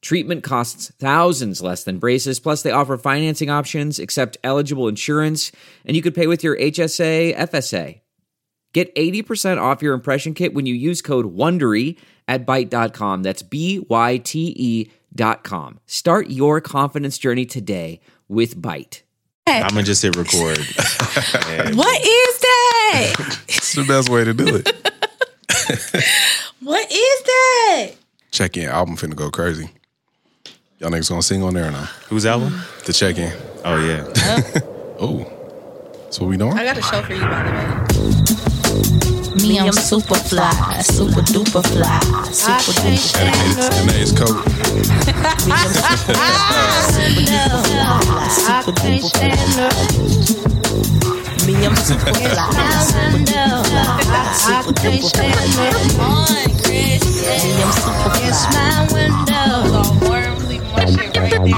Treatment costs thousands less than braces, plus, they offer financing options, accept eligible insurance, and you could pay with your HSA, FSA. Get 80% off your impression kit when you use code WONDERY at Byte.com. That's B-Y-T-E E dot com. Start your confidence journey today with Byte. Heck, I'm gonna just hit record. what is that? It's the best way to do it. what is that? Check in album finna go crazy. Y'all niggas gonna sing on there or not? Whose album? The check in. Oh yeah. Oh, that's what we doing? I got a show for you, by the way. Me, I'm super fly, super duper fly, super duper And it's, and it's coat. fly, super duper fly. Me, I'm super fly, super duper fly, super duper fly. Me, I'm super fly.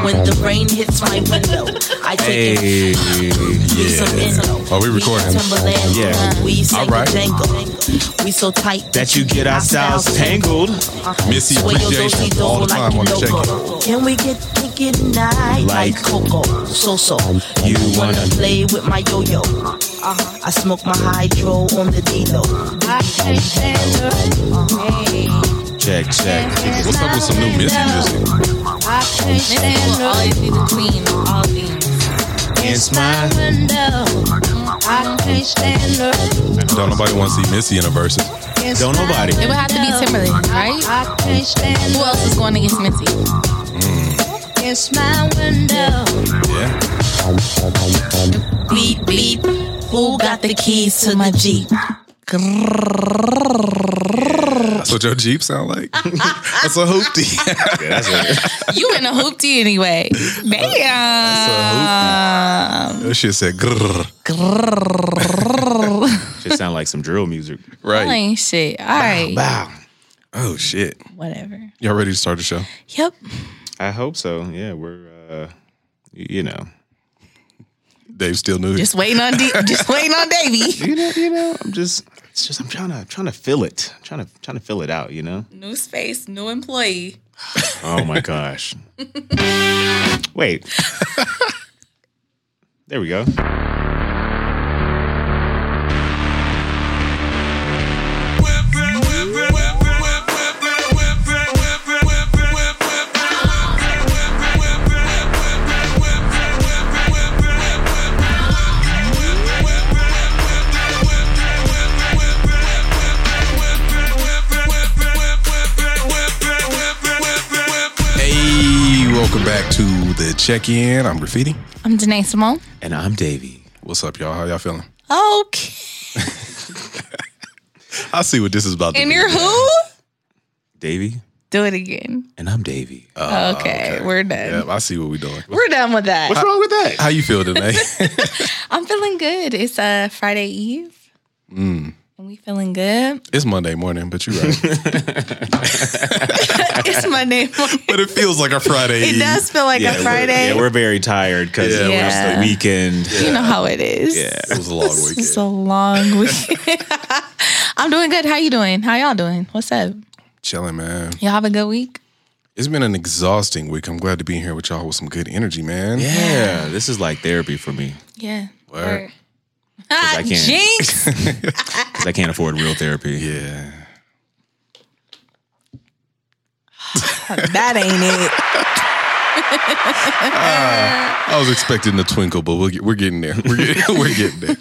When the rain hits my window, I take it. Hey. We some endo. Oh, we recording. Timberland. Yeah. We say All right. Django. We so tight That you get our styles tangled. Missy Sway your dozy appreciation dough all the like time you on the check in. loco. Can we get naked tonight Like- like, Coco? So so, You wanna wanna- play with my yo yo? Uh-huh. I smoke my hydro on the D lo. Check, check. What's up with some new Missy music? It's my Don't nobody want to see Missy in a versus. don't nobody. It would have to be Timberland, right? Who else is going against Minty? It's my window. Yeah. Beep beep. Who got the keys to my Jeep? That's what your Jeep sound like? that's a hoopty. You in a hoopty anyway. Uh, Damn. that shit said grrr. Just sound like some drill music. Right. Playing shit. All right. Wow. Oh, shit. Whatever. Y'all ready to start the show? Yep. I hope so. Yeah, we're uh y- you know. Dave still new. Just waiting on D- just waiting on Davy. You know, you know, I'm just it's just I'm trying to trying to fill it. trying to trying to fill it out, you know? New space, new employee. Oh my gosh. Wait. there we go. Hey, welcome back to the check in. I'm Graffiti. I'm Danae Simone. And I'm Davey. What's up, y'all? How y'all feeling? Okay. I see what this is about to And be. you're who? Davey? Do it again. And I'm Davey. okay, we're done. Yeah, I see what we're doing. We're done with that. What's wrong with that? How you feel today? I'm feeling good. It's uh Friday Eve. And we feeling good. it's Monday morning, but you're right. it's Monday morning. but it feels like a Friday. It Eve. does feel like Yeah, a we're- Friday. yeah, we're very tired because Yeah, we're it's the still- weekend. you know how it is. Yeah. It was a long weekend. It's a long week. I'm doing good. How you doing? How y'all doing? What's up? Chilling, man. Y'all have a good week? It's been an exhausting week. I'm glad to be here with y'all with some good energy, man. Yeah, this is like therapy for me Yeah. Word. Ah, I can't. jinx. because I can't afford real therapy. Yeah. that ain't I was expecting the twinkle, but we'll get, we're getting there. We're getting, we're getting there.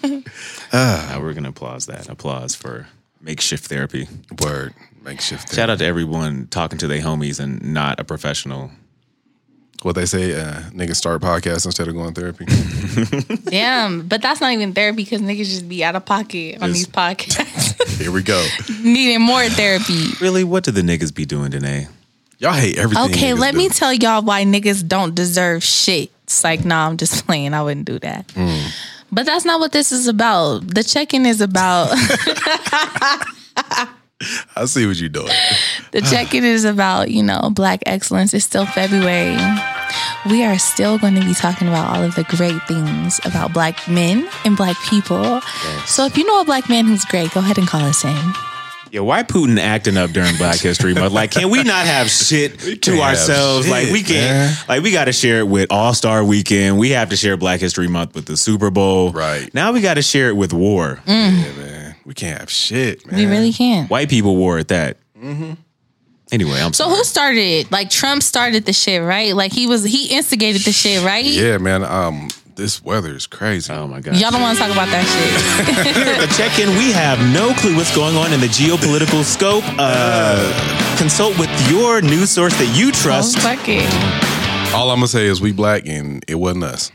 Now Uh, we're gonna applause that. Applause for makeshift therapy. Word. Makeshift. Shout out to everyone talking to their homies and not a professional. What they say, uh, niggas start podcasts instead of going therapy. it. Damn. But that's not even therapy because niggas just be out of pocket on these Just- podcasts. here we go. Needing more therapy. Really, what do the niggas be doing today? Y'all hate everything. Okay, niggas let do. me tell y'all why niggas don't deserve shit. It's like, no, I'm just playing. I wouldn't do that. Mm. But that's not what this is about. The check-in is about I see what you're doing. the check-in is about, you know, black excellence. It's still February. We are still going to be talking about all of the great things about black men and black people. So if you know a black man who's great, go ahead and call us in. Yeah, why Putin acting up during Black History Month? Like, can we not have shit to have ourselves? like, we shit, can't. man. Like, we got to share it with All Star Weekend. We have to share Black History Month with the Super Bowl. Right. now, we got to share it with war. Yeah, man. We can't have shit, man. We really can. White people war at that. Mm-hmm. Anyway, I'm So sorry. who started it? Like Trump started the shit, right? Like he was he instigated the shit, right? Yeah, man. Um, this weather is crazy. Oh my god! Y'all don't want to talk about that shit. Here at the check-in, we have no clue what's going on in the geopolitical scope. Uh, consult with your news source that you trust. Oh, fuck it. All I'm gonna say is we black and it wasn't us.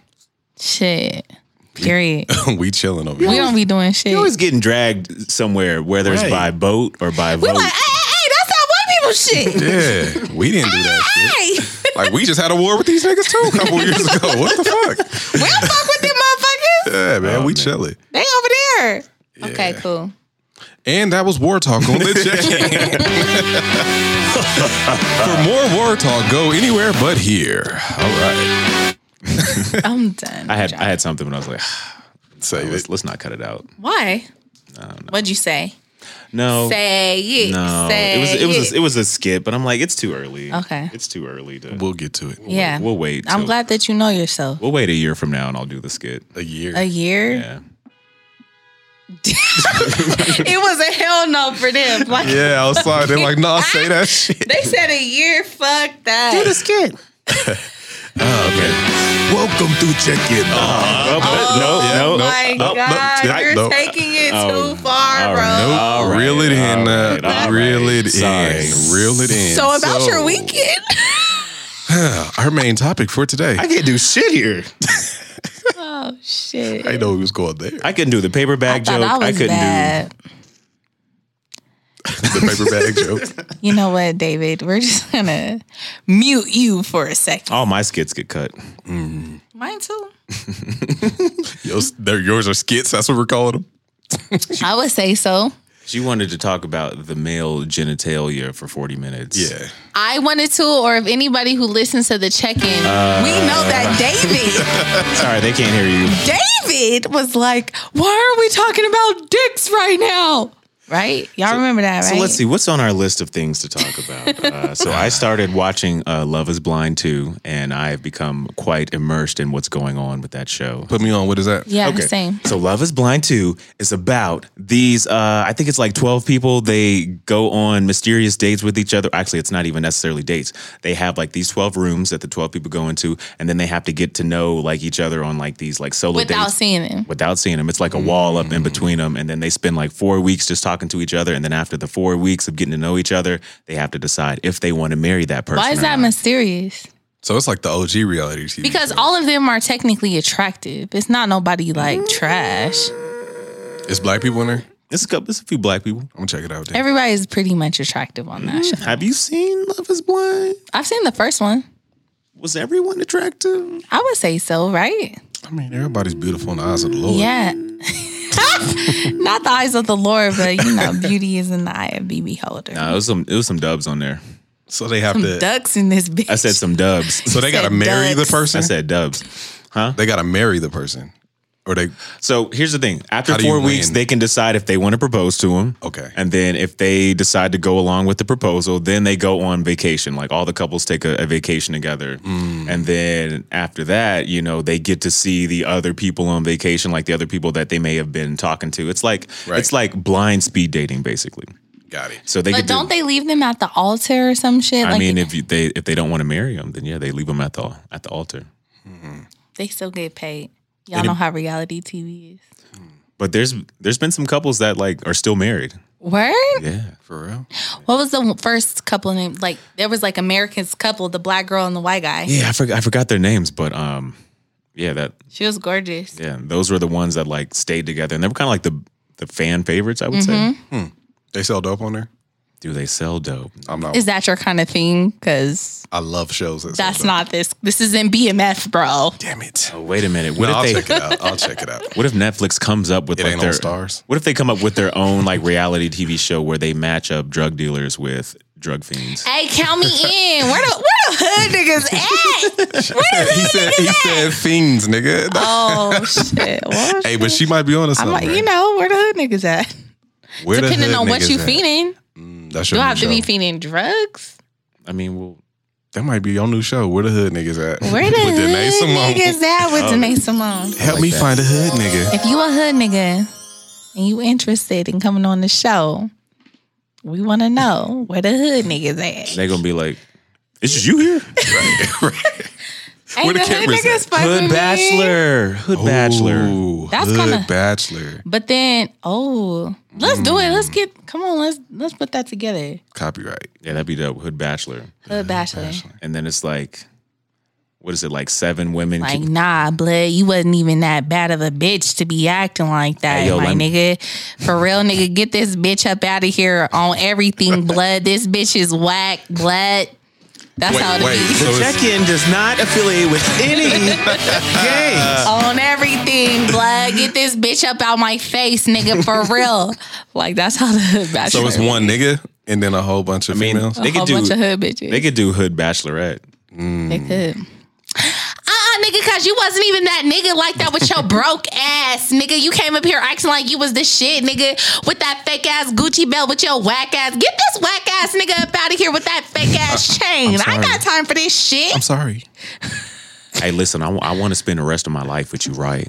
Shit. Period. we chilling over here. we don't be doing shit. You're always getting dragged somewhere, whether it's Right. by boat or by We're vote. like, hey, hey, hey, that's not white people shit. Yeah, we didn't do that shit. hey, Like we just had a war with these niggas too a couple years ago. What the fuck? we don't fuck with them motherfuckers. Yeah, Oh, man, we chilling. They over there. Okay, cool. And that was War Talk on the check. For more War Talk, go anywhere but here. All right. I'm done. I had I had something, but I was like, Say let's, it. let's not cut it out. Why? What'd you say? No, Say it. Oh. no, Say it was it was a, it. it was a skip, but I'm like, it's too early. Okay. it's too early to. We'll get to it. yeah. we'll wait I'm till- glad that you know yourself. We'll wait a year from now, and I'll do the skit. A year. A year? Yeah, It was a hell no for them. Like, Yeah, outside they're like, nah, say that shit. They said a year. Fuck that. skit. okay. Welcome to check in. Oh, but- no, yeah, no, Oh my nope, God, nope, you're nope. taking it Oh, too far, all bro. right. Nope. All right, reel it in. all uh, right, all reel right. it Sorry. in. Reel it in. So about your weekend. Our main topic for today. I I, can't do shit here. oh shit. didn't know he was going there. I couldn't do the paper bag joke. I, couldn't the paper bag joke. You know what, David? We're just gonna mute you for a do. second. All my skits get cut. Mine too. Yours, they're- yours are skits. That's what we're calling them. I would say so. She wanted to talk about the male genitalia for 40 minutes. Yeah. I wanted to, or if anybody who listens to the check-in, we know Uh. that David, Sorry, they can't hear you. David was like, "Why are we talking about dicks right now?" Right? Y'all remember that, right? So let's see what's on our list of things to talk about. Uh, so I started watching uh, Love Is Blind too, and I have become quite immersed in what's going on with that show. Put me on. What is that? Yeah, same. So Love Is Blind too is about these. Uh, I think it's like twelve people. They go on mysterious dates with each other. Actually, it's not even necessarily dates. They have like these twelve rooms that the twelve people go into, and then they have to get to know like each other on like these like solo Without dates seeing him. without seeing them. It's like a wall up in between them. And then they spend like four weeks just talking to each other. And then after the four weeks of getting to know each other, they have to decide if they want to marry that person. Why is or that not. mysterious? So it's like the OG reality TV. Because show. all of them are technically attractive. It's not nobody Mm. like trash. it's black people in there. It's a, couple- it's a few black people. I'm gonna check it out. then. Everybody's pretty much attractive on that show. Have you seen Love is Blind? I've seen the first one. Was everyone attractive? I would say so, right? I mean, everybody's beautiful in the eyes of the Lord. Yeah. not the eyes of the Lord, but you know, beauty is in the eye of the beholder. No, Uh, it was some it was some dubs on there. So they have to. Ducks in this bitch. I said some dubs. so they gotta said marry ducks. the I person. said dubs. they gotta marry the person, or they So here's the thing. After How do you four weeks, win? they can decide if they want to propose to him. Okay. And then if they decide to go along with the proposal, then they go on vacation. Like all the couples take a, a vacation together. Mm. And then after that, you know, they get to see the other people on vacation, like the other people that they may have been talking to. It's like Right. it's like blind speed dating, basically. got it. So they but get don't they leave them at the altar or some shit? I like mean, if you, they if they don't want to marry him, then yeah, they leave him at the at the altar. they still get paid. Y'all know how reality TV is. But there's there's been some couples that like are still married. Word? Yeah. For real. What was the first couple name? Like there was like American's couple, the black girl and the white guy. Yeah, I forgot I forgot their names, but um, yeah, that She was gorgeous. yeah, those were the ones that like stayed together, and they were kind of like the the fan favorites, I would say. They sell dope on there. Do they sell dope? I'm not. Is that your kind of thing? Because I love shows. That that's not this. This isn't BMF, bro. Damn it. Oh, wait a minute. No, What I'll if they check it out. I'll check it out. What if Netflix comes up with It like ain't on their Stars. What if they come up with their own like reality TV show where they match up drug dealers with drug fiends? Hey, count me in. Where the where the hood niggas at? he said he said fiends, nigga. Oh shit. Well, Hey, but she might be on to I'm something. like, you know, where the hood niggas at? Where the Depending hood on what niggas you at? Mm, feeding, That's you your will new have to be show. feeding drugs. I mean, well, That might be your new show. Where the hood niggas at? Where the With hood Danae Simone. Oh. niggas at with Danae Simone? Help me find a hood nigga. If you a hood nigga and you interested in coming on the show, we want to know where the hood niggas at. they're gonna be like, "It's just you here, Ain't the the hood cameras niggas at? fucking with me? Hood Bachelor, Hood Bachelor." Ooh, That's hood kinda- bachelor. But then, oh, let's do it. Let's get. Come on, let's let's put that together. Copyright. Yeah, that'd be dope. Hood Bachelor, Hood bachelor. and then it's like, what is it? Like seven women. Like, nah, blood, you wasn't even that bad of a bitch to be acting like that, Hey, yo, my let me- nigga. For real, nigga, get this bitch up out of here on everything, blood. This bitch is whack, blood. That's how it wait. be. So it's, in does not affiliate with any. on everything, blood. Get this bitch up out my face, nigga. For real, like that's how the hood bachelor. so it's one nigga and then a whole bunch of I mean, females. they a could whole do. bunch of hood bitches. They could do Hood Bachelorette. They Mm. could. Uh-uh, nigga, cause you wasn't even that nigga like that with your broke ass, nigga. You came up here acting like you was the shit, nigga, with that fake ass Gucci belt with your whack ass. Get this whack ass nigga up out of here with that fake ass chain. I ain't got time for this shit. I'm sorry. Hey, listen, I want to spend the rest of my life with you, right?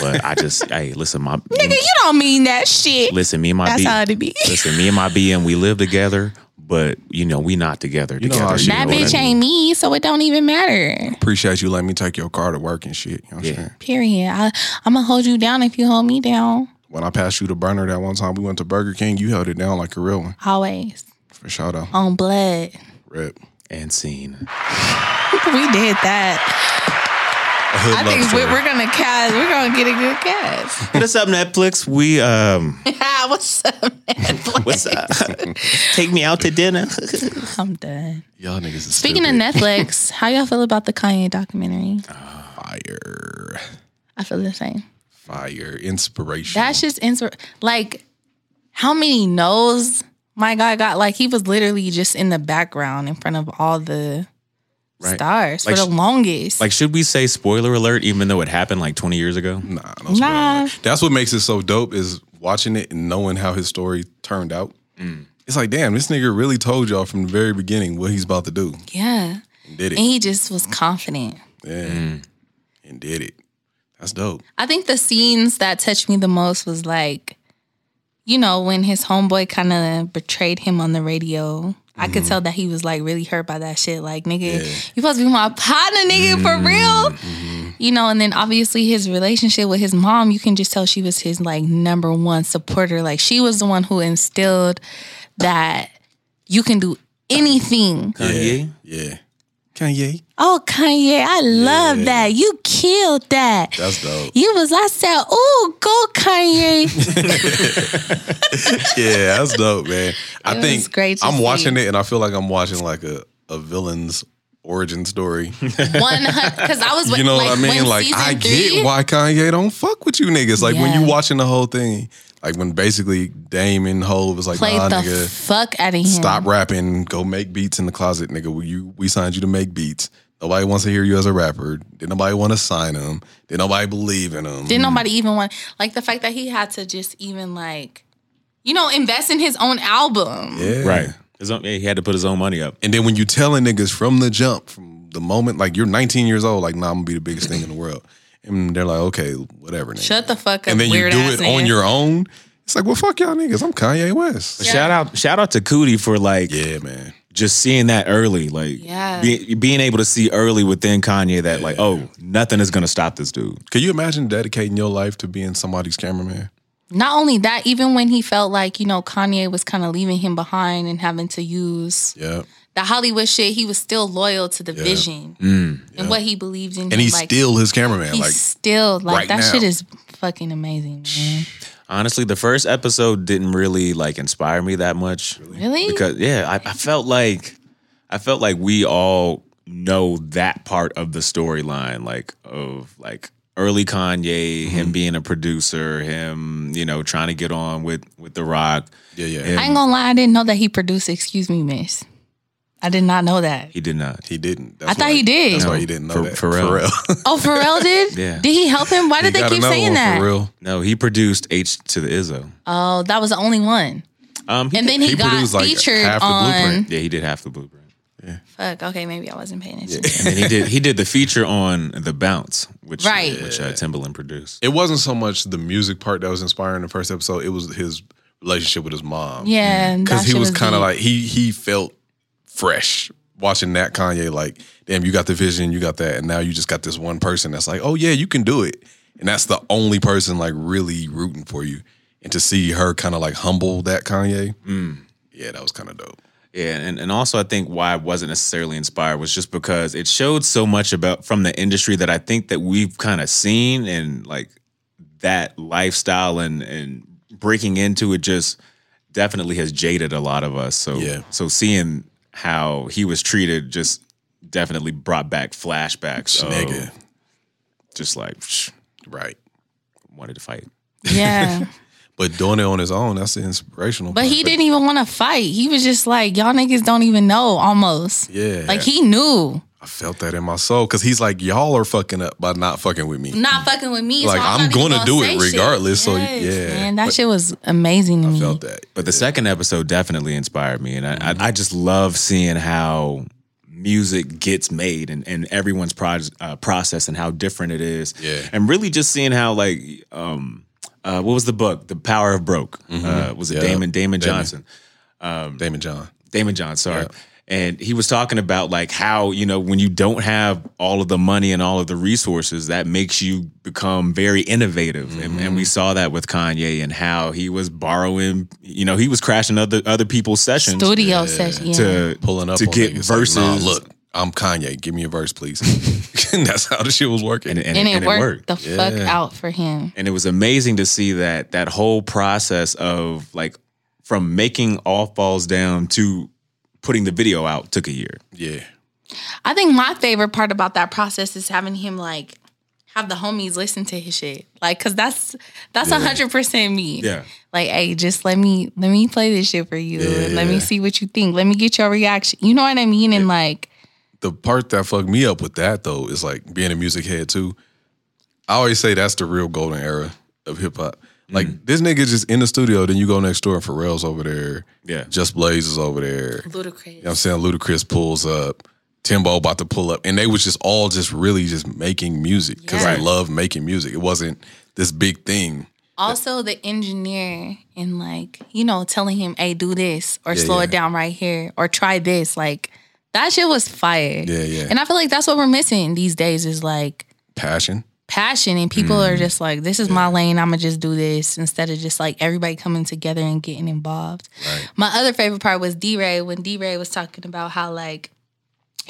But I just, hey, listen, my nigga, you don't mean that shit. listen, me and my That's B- how it be. listen, me and my BM, we live together, but you know, we not together know together. how she you That know what bitch I mean? ain't me, so it don't even matter. Appreciate you letting me take your car to work and shit. You know what I'm Yeah. saying? Period. I, I'm gonna hold you down if you hold me down. When I passed you the burner that one time we went to Burger King, you held it down like a real one. Always For sure though. on blood. Rip. And seen. We did that. A hood I love think story. we're, we're gonna cast. We're gonna get a good cast. Hit us up, Netflix. We um, Ah, what's up, Netflix? what's up? Take me out to dinner. I'm done. Y'all niggas is Speaking of stupid. Netflix, how y'all feel about the Kanye documentary? fire. I feel the same. Fire. Inspiration. That's just insur- like how many no's my guy got? Like he was literally just in the background in front of all the Right. stars Like for the sh- longest. like, should we say spoiler alert, even though it happened like 20 years ago? Nah, no Nah. nah. That's what makes it so dope is watching it and knowing how his story turned out. It's like, damn, this nigga really told y'all from the very beginning what he's about to do. yeah, And did and it. he just was confident. Yeah. And did it. That's dope. I think the scenes that touched me the most was like, you know, when his homeboy kind of betrayed him on the radio. I could tell that he was like really hurt by that shit. Like, nigga, you supposed to be my partner, nigga, for real. You know, and then obviously his relationship with his mom, you can just tell she was his like number one supporter. Like, she was the one who instilled that you can do anything. Kanye? Yeah. Kanye. Oh, Kanye, I love that. You killed that. That's dope. You was, I said, ooh, go Kanye. yeah, that's dope, man. I It was think great to I'm see. watching it and I feel like I'm watching like a, a villain's origin story. One hundred, because I was, You know like, what I mean? when Like season I three- get why Kanye don't fuck with you niggas. Like when Yeah. you watching the whole thing, like when basically Damon Hove was like, played nah, the nigga, fuck out of him. stop rapping, go make beats in the closet, nigga. We, you, we signed you to make beats. Nobody wants to hear you as a rapper. Did nobody want to sign him? Did nobody believe in him? Didn't nobody even want like the fact that he had to just even like, you know, invest in his own album. yeah. Right. His own- yeah, he had to put his own money up. And then when you telling niggas from the jump, from the moment like you're 19 years old, like nah, I'm gonna be the biggest thing in the world, and they're like, okay, whatever. Nigga. Shut the fuck up, and then you weird do ass it on nigga. your own. It's like, well, fuck y'all niggas. I'm Kanye West. Shout out, shout out to Cootie for like Yeah, man. just seeing that early, like Yeah. be- being able to see early within Kanye that like, oh, nothing is gonna stop this dude. Can you imagine dedicating your life to being somebody's cameraman? Not only that, even when he felt like you know Kanye was kind of leaving him behind and having to use Yeah. the Hollywood shit, he was still loyal to the vision and what he believed in. Mm, And he's like, still his cameraman. he's Like still like right that now. shit is fucking amazing, man. Honestly, the first episode didn't really like inspire me that much. Really? Because yeah, I, I felt like I felt like we all know that part of the storyline, like of like early Mm-hmm. Kanye, him being a producer, him you know trying to get on with with The Rock. Yeah, yeah. him- I ain't gonna lie, I didn't know that he produced Excuse Me Miss. I did not know that. he did not. He didn't. I thought he did. That's why you didn't know For- that. Pharrell. Oh, Pharrell did? Yeah. Did he help him? Why did they keep saying that? For real. No, he produced H to the Izzo. Oh, that was the only one. Um, he And did- then he, he got produced, like, featured half the on. blueprint. yeah, he did half the blueprint. Fuck. Okay, maybe I wasn't paying attention. and then he did he did the feature on the bounce, which Right. which uh, Timbaland produced. It wasn't so much the music part that was inspiring in the first episode. It was his relationship with his mom. Yeah, because that Mm-hmm. he shit was kind of deep. like he he felt fresh watching that Kanye. Like, damn, you got the vision, you got that, and now you just got this one person that's like, oh yeah, you can do it, and that's the only person like really rooting for you. And to see her kind of like humble that Kanye, Mm. yeah, that was kind of dope. Yeah, and, and also I think why I wasn't necessarily inspired was just because it showed so much about from the industry that I think that we've kind of seen and like that lifestyle and and breaking into it just definitely has jaded a lot of us. So Yeah. so seeing how he was treated just definitely brought back flashbacks. Nigga, Of just like psh, right? wanted to fight. Yeah. But doing it on his own, that's the inspirational. But part. he didn't even want to fight. He was just like, y'all niggas don't even know almost. Yeah, Like he knew. I felt that in my soul because he's like, y'all are fucking up by not fucking with me. Not fucking with me. so Like I'm, I'm not even going to do it say shit. regardless. So Yes, yeah, Man, that shit was amazing to I me. felt that. But the second episode definitely inspired me, and I, I, I just love seeing how music gets made and, and everyone's pro- uh, process and how different it is. Yeah. and really just seeing how like um, uh, what was the book, The Power of Broke? Uh, was it Mm-hmm. Yeah. Damon Damon Damon. Johnson? Damon John. Damon John, sorry. And he was talking about like how, you know, when you don't have all of the money and all of the resources, that makes you become very innovative. And, and Mm-hmm. we saw that with Kanye and how he was borrowing, you know, he was crashing other other people's sessions Studio session. Yeah. to pulling up to on get niggas, like, verses. "Nah, look, I'm Kanye. Give me a verse, please. and that's how the shit was working. and, and, and it and worked, the fuck out for him. and it was amazing to see that that whole process of like from making all falls down to putting the video out took a year. yeah, I think my favorite part about that process is having him like have the homies listen to his shit. Like, cause that's that's hundred percent me. Yeah. Like, hey, just let me let me play this shit for you. Let me see what you think. Let me get your reaction. You know what I mean? And like, the part that fucked me up with that though is like being a music head too. I always say that's the real golden era of hip hop. Like this nigga just in the studio, then you go next door and Pharrell's over there. Yeah. Just Blaze is over there. ludicrous. You know what I'm saying? Ludacris pulls up. Timbo about to pull up. And they was just all just really just making music because Yeah. I love making music. It wasn't this big thing. Also, the engineer and like you know telling him, hey, do this or slow yeah. it down right here or try this. Like that shit was fire. Yeah, yeah. And I feel like that's what we're missing these days is like Passion. passion and people Mm. are just like this is my lane i'm gonna just do this instead of just like everybody coming together and getting involved my other favorite part was d-ray when d-ray was talking about how like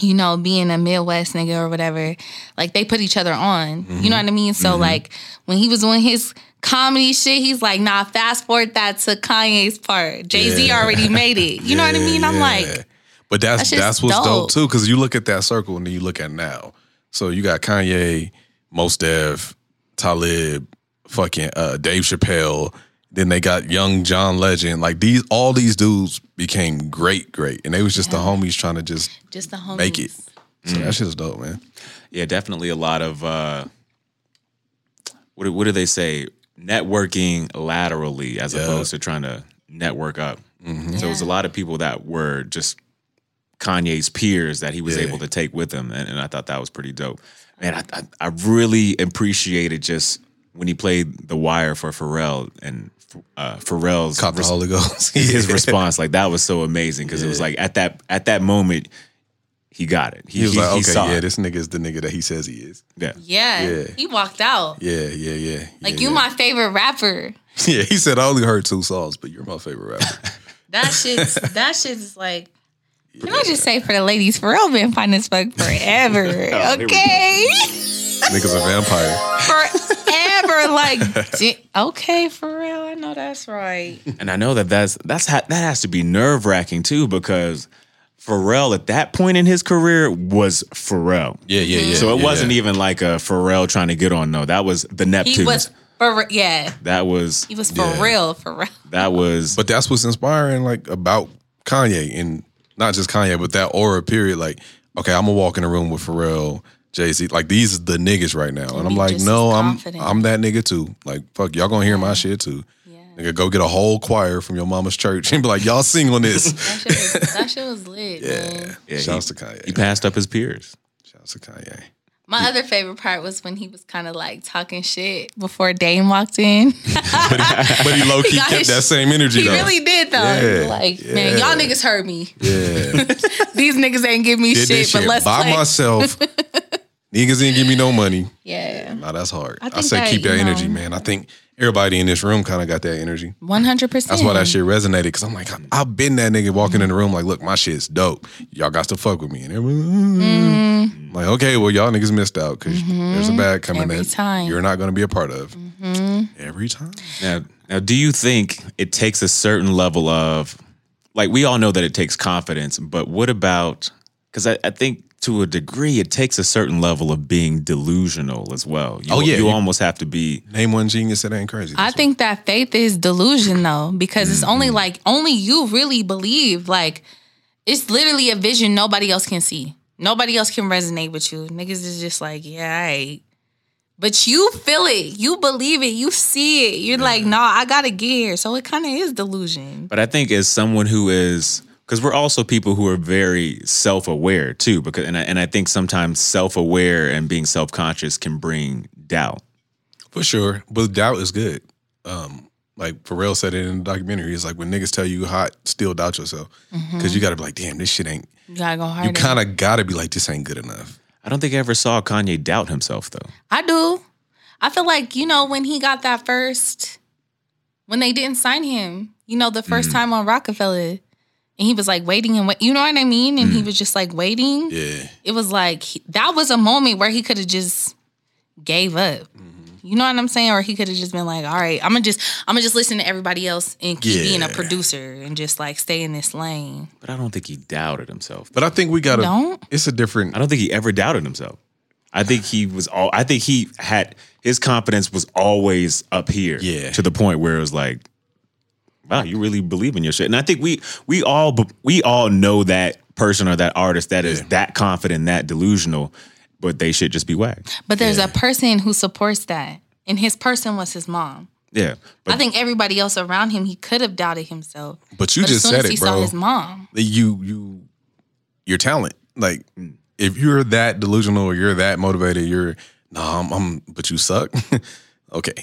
you know being a midwest nigga or whatever like they put each other on you Mm-hmm. know what i mean so like when he was doing his comedy shit he's like nah fast forward that to kanye's part jay-z already made it you know what i mean i'm like But that's That's just that's what's dope, dope. too, because you look at that circle and then you look at now. So you got Kanye, Mos Def, Talib, fucking uh, Dave Chappelle. Then they got young John Legend. Like these, all these dudes became great, great, and they was just the homies trying to just just the homies make it. So Mm. that shit's dope, man. Yeah, definitely a lot of uh, what do- what do they say? Networking laterally as opposed to trying to network up. Mm-hmm. So it was a lot of people that were just Kanye's peers that he was able to take with him, and, and I thought that was pretty dope. Man, I, I I really appreciated just when he played The Wire for Pharrell and uh, Pharrell's Caught the res- Holy Ghost. his response like that was so amazing because it was like at that at that moment he got it. He was like, he okay, saw yeah, it." this nigga is the nigga that he says he is. yeah. yeah. Yeah. he walked out Yeah, yeah, yeah. like yeah, you yeah. my favorite rapper Yeah, he said I only heard two songs, but you're my favorite rapper. That shit's that shit's like. Can I just say for the ladies, Pharrell been fine as fuck forever. Oh, okay, Niggas a vampire. forever. Like, di- okay, Pharrell. I know that's right. And I know that that's that's ha- that has to be nerve wracking too because Pharrell at that point in his career was Pharrell. Yeah, yeah, yeah. so it yeah, wasn't yeah. even like a Pharrell trying to get on. No, that was the Neptunes. He was for yeah. that was He was for Yeah. real, for real. that was. But that's what's inspiring, like about Kanye, and not just Kanye, but that aura. Period. Like, okay, I'm gonna walk in a room with Pharrell, Jay Z. Like these are the niggas right now, and I'm be like, just no, as I'm confident. I'm that nigga too. Like, fuck, y'all gonna hear my shit too. Nigga, go get a whole choir from your mama's church and be like, y'all sing on this. That shit was, that shit was lit, man. yeah, he, Shouts to Kanye. he passed up his peers. Shouts to Kanye. My other favorite part was when he was kind of like talking shit before Dame walked in. But he low key got kept his- that same energy He though. really did though. He was Yeah, like, man, y'all niggas heard me. These niggas ain't give me Did shit, this but shit let's by play. myself. Niggas didn't give me no money. Yeah. Nah, that's hard. I, think say that, keep that you energy, know- man. I think everybody in this room kind of got that energy. 100%. That's why that shit resonated. Cause I'm like, I- I've been that nigga walking in the room like, look, my shit's dope. Y'all got to fuck with me. And everyone, I'm like, okay, well, y'all niggas missed out because there's a bag coming Mm-hmm. Every that time. Mm-hmm. you're not going to be a part of. Every time. Now, now, do you think it takes a certain level of, like, we all know that it takes confidence, but what about, because I, I think to a degree it takes a certain level of being delusional as well. You, Oh, yeah. You almost have to be, Name one genius that ain't crazy. I think that faith is delusion though, because it's only like only you really believe. Like it's literally a vision nobody else can see. Nobody else can resonate with you. Niggas is just like, yeah, alright. But you feel it. You believe it. You see it. You're like, nah, I got a gear. So it kind of is delusion. but I think as someone who is, because we're also people who are very self aware too, because, and I, and I think sometimes self aware and being self conscious can bring doubt. For sure. But doubt is good. Um, like Pharrell said it in the documentary. It's like when niggas tell you hot, still doubt yourself. Cause you gotta be like, damn, this shit ain't You gotta go you Mm-hmm. harder. kinda gotta be like, this ain't good enough. I don't think I ever saw Kanye doubt himself though. I do. I feel like, you know, when he got that first, when they didn't sign him, you know, the Mm. first time on Rockefeller, and he was like waiting and wait, you know what I mean? And he was just like waiting. Mm. Yeah. It was like, he- that was a moment where he could have just gave up. Mm-hmm. You know what I'm saying? Or he could have just been like, all right, I'm gonna just, I'm gonna just listen to everybody else and keep Yeah. being a producer and just like stay in this lane. But I don't think he doubted himself. But I think we gotta Don't? it's a different I don't think he ever doubted himself. I think he was all. I think he had his confidence was always up here. Yeah. To the point where it was like, wow, you really believe in your shit. And I think we we all b- we all know that person or that artist that is that confident, that delusional, but they should just be whacked. But there's a person who supports that, and his person was his mom. Yeah. But I think everybody else around him, he could have doubted himself. But you but just as soon said as he it, bro. saw his mom, you you your talent. Like if you're that delusional or you're that motivated, you're nah, I'm, I'm but you suck. okay.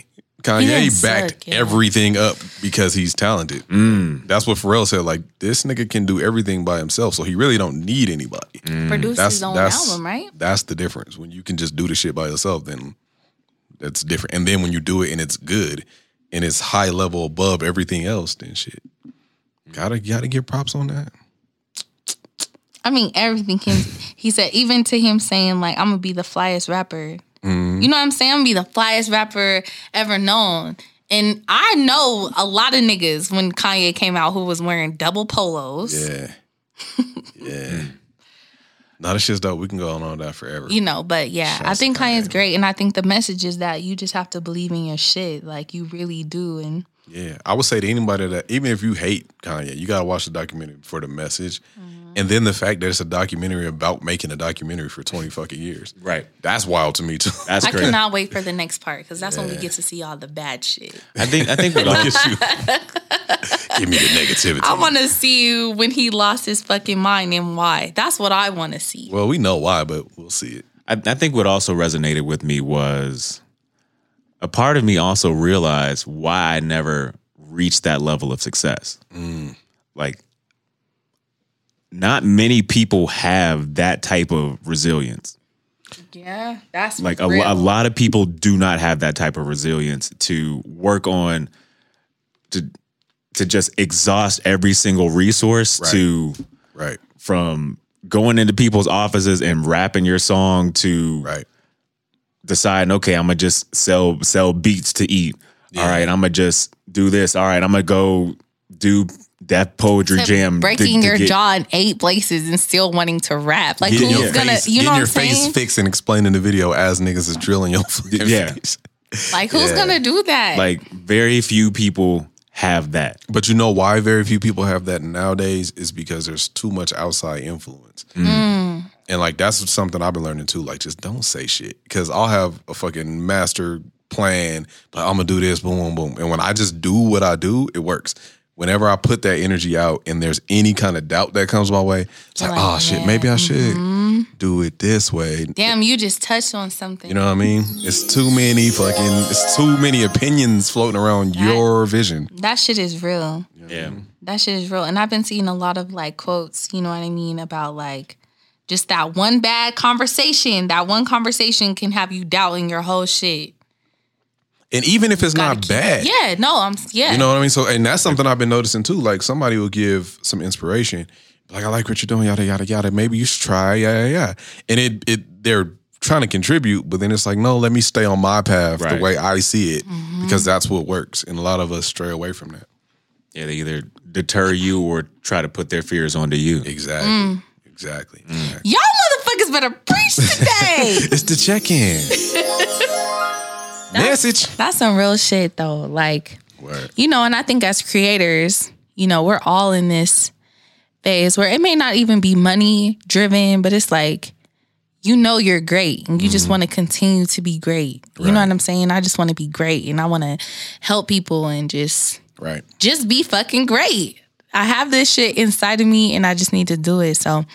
Kanye didn't backed suck, yeah. everything up because he's talented. That's what Pharrell said. Like this nigga can do everything by himself, so he really don't need anybody. produced Mm, That's his own that's album, right? that's the difference. When you can just do the shit by yourself, then that's different. And then when you do it and it's good and it's high level above everything else, then shit. Gotta gotta give props on that. I mean, everything. Can, he said, even to him saying, like, I'm going to be the flyest rapper. Mm-hmm. You know what I'm saying? I'm going to be the flyest rapper ever known. And I know a lot of niggas when Kanye came out who was wearing double polos. Yeah. yeah. Not a Mm. shit's dope. We can go on on that forever. You know, but yeah, I think Kanye's great. And I think the message is that you just have to believe in your shit. Like, you really do. And yeah. I would say to anybody that even if you hate Kanye, you gotta watch the documentary for the message. Mm-hmm. And then the fact that it's a documentary about making a documentary for 20 fucking years. right. That's wild to me too. That's I great. cannot wait for the next part because that's when we get to see all the bad shit. I think I think what all, Give me the negativity. I want to see you when he lost his fucking mind and why. That's what I want to see. well, we know why, but we'll see it. I, I think what also resonated with me was a part of me also realized why I never reached that level of success. Like, not many people have that type of resilience. Yeah, that's Like, a, lo- a lot of people do not have that type of resilience to work on, to, to just exhaust every single resource to Right. from going into people's offices and rapping your song to Right. deciding, okay, I'm gonna just sell sell beats to eat. All right, I'm gonna just do this. All right, I'm gonna go do that poetry jam. to- breaking to your get- jaw in eight places and still wanting to rap. Like Getting who's your gonna face, you getting know what your I'm face saying? fixed and explaining the video as niggas is drilling your fucking Yeah. face. Like who's Yeah. gonna do that? Like very few people have that. But you know why very few people have that nowadays is because there's too much outside influence. Mm. Mm. And like that's something I've been learning too. Like just don't say shit because I'll have a fucking master plan. Like I'm gonna do this, boom, boom, boom. And when I just do what I do, it works. Whenever I put that energy out and there's any kind of doubt that comes my way, it's like, Like, oh shit, maybe I should Mm-hmm. do it this way. Damn, you just touched on something. You know what I mean? It's too many fucking, it's too many opinions floating around your vision. that shit is real. Yeah. That shit is real. And I've been seeing a lot of like quotes, you know what I mean, about like just that one bad conversation. That one conversation can have you doubting your whole shit. And even if it's Gotta not keep- bad, Yeah, no, I'm yeah. You know what I mean? So, and that's something I've been noticing too. Like somebody will give some inspiration, like I like what you're doing, yada yada yada. Maybe you should try, yeah yeah yeah. And it it they're trying to contribute, but then it's like, no, let me stay on my path Right. the way I see it because that's what works. And a lot of us stray away from that. Yeah, they either deter you or try to put their fears onto you. Exactly, exactly. Y'all motherfuckers better preach today. It's the check in message. That's some real shit though. Like you know, and I think as creators, you know, we're all in this phase where it may not even be money driven, but it's like you know you're great and you just want to continue to be great. You know what I'm saying? I just want to be great and I want to help people and just Right. just be fucking great. I have this shit inside of me and I just need to do it. So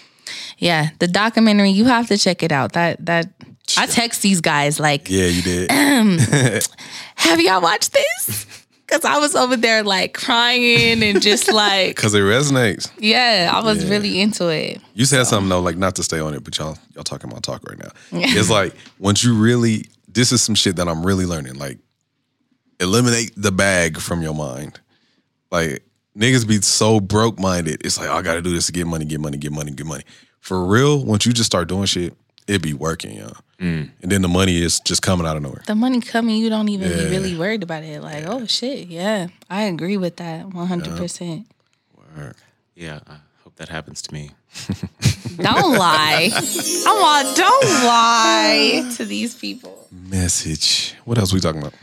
yeah, the documentary, you have to check it out. That that I text these guys like Yeah, you did. have y'all watched this? Cause I was over there like crying and just like, Because it resonates. yeah, I was really into it. You said something though, like not to stay on it, but y'all y'all talking about talk right now. It's like once you really, this is some shit that I'm really learning. Like, eliminate the bag from your mind. Like niggas be so broke minded. It's like "Oh, I got to do this to get money, get money, get money, get money. For real, once you just start doing shit, it be working, y'all. Mm. And then the money is just coming out of nowhere. The money coming, you don't even Yeah. be really worried about it. Like, oh shit, yeah, I agree with that 100%. Yeah, I hope that happens to me. Don't lie. I'm all, don't lie to these people. Message. What else we talking about?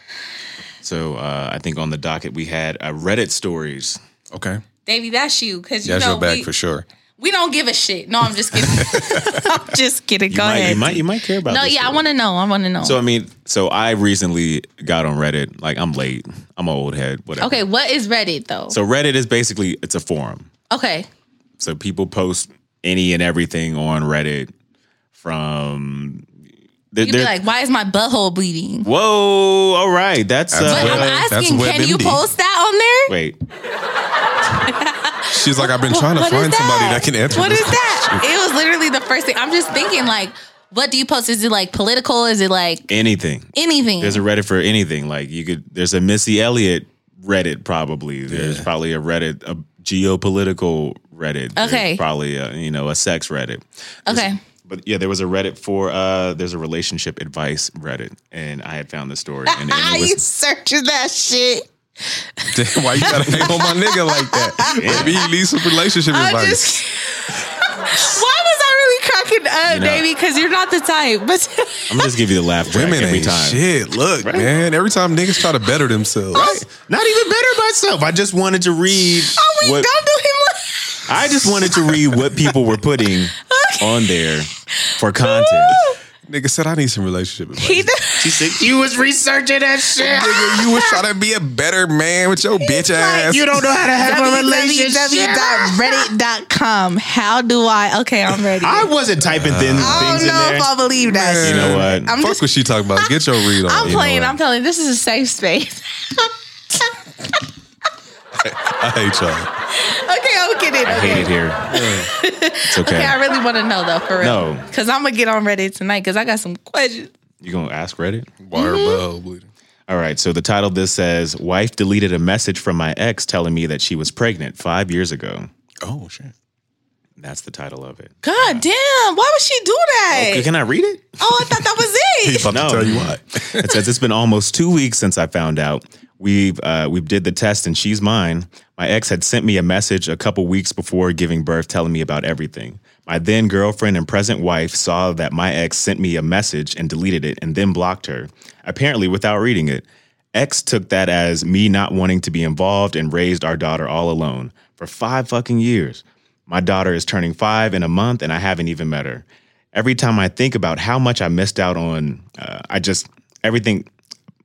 So uh, I think on the docket we had uh, Reddit stories. Okay, Davey, that's you. Cause you that's know, your bag we, for sure. we don't give a shit. No, I'm just kidding. I'm just kidding. You Go might, ahead. You might, you might care about. no, this yeah, I story. want to know. I want to know. So I mean, so I recently got on Reddit. Like I'm late. I'm an old head. Whatever. okay, what is Reddit though? So Reddit is basically it's a forum. okay. So people post any and everything on Reddit from. They're, You'd be like, why is my butthole bleeding? whoa, all right, that's. That's But what- Uh, I'm That's asking, can WebMD. you post that on there? wait, She's like, I've been trying to What is find somebody that can answer. What this is that? It was literally the first thing. I'm just thinking, like, what do you post? Is it like political? Is it like anything. anything? There's a Reddit for anything. Like you could. There's a Missy Elliott Reddit probably. There's probably a Reddit a geopolitical Reddit. There's Okay. Probably a, you know a sex Reddit. There's- okay. But yeah, there was a Reddit for uh there's a relationship advice Reddit, and I had found this story, and, and it you was searching that shit? Damn, why you gotta hang on my nigga like that? Maybe he needs some relationship I advice. just. Why was I really cracking up, know- baby? Because you're not the type. But I'm gonna just give you the laugh track Women every ain't time. shit. Look, man. Every time niggas try to better themselves, Not even better myself. I just wanted to read. what, Oh, don't do him like. I just wanted to read what people were putting on there for content. nigga said I need some relationship advice. He does. She said you was researching that shit. nigga, you was trying to be a better man with your bitch ass. You don't know how to have E a relationship. www.reddit.com. How do I? Okay, I'm ready. I wasn't typing thin I things don't in know there. if I believe that. Man. you shit. know what? I'm Fuck just- what she talking about. Get your read on. I'm you know playing. what? I'm telling. This is a safe space. I hate y'all. okay, I'm kidding. I hate Okay. it here. it's okay. Okay, I really want to know though, for real. No. Cause I'm gonna get on Reddit tonight. Cause I got some questions. you gonna ask Reddit? Wire Mm-hmm. bell bleeding. All right. So the title of this says, "Wife deleted a message from my ex telling me that she was pregnant five years ago." Oh shit. That's the title of it. God damn! Why would she do that? Okay, can I read it? Oh, I thought that was He it. about No. to tell you why. it says it's been almost two weeks since I found out. we uh, we did the test and she's mine. My ex had sent me a message a couple weeks before giving birth, telling me about everything. My then girlfriend and present wife saw that my ex sent me a message and deleted it, and then blocked her, apparently without reading it. Ex took that as me not wanting to be involved and raised our daughter all alone for five fucking years. My daughter is turning five in a month and I haven't even met her. Every time I think about how much I missed out on, uh, I just, everything,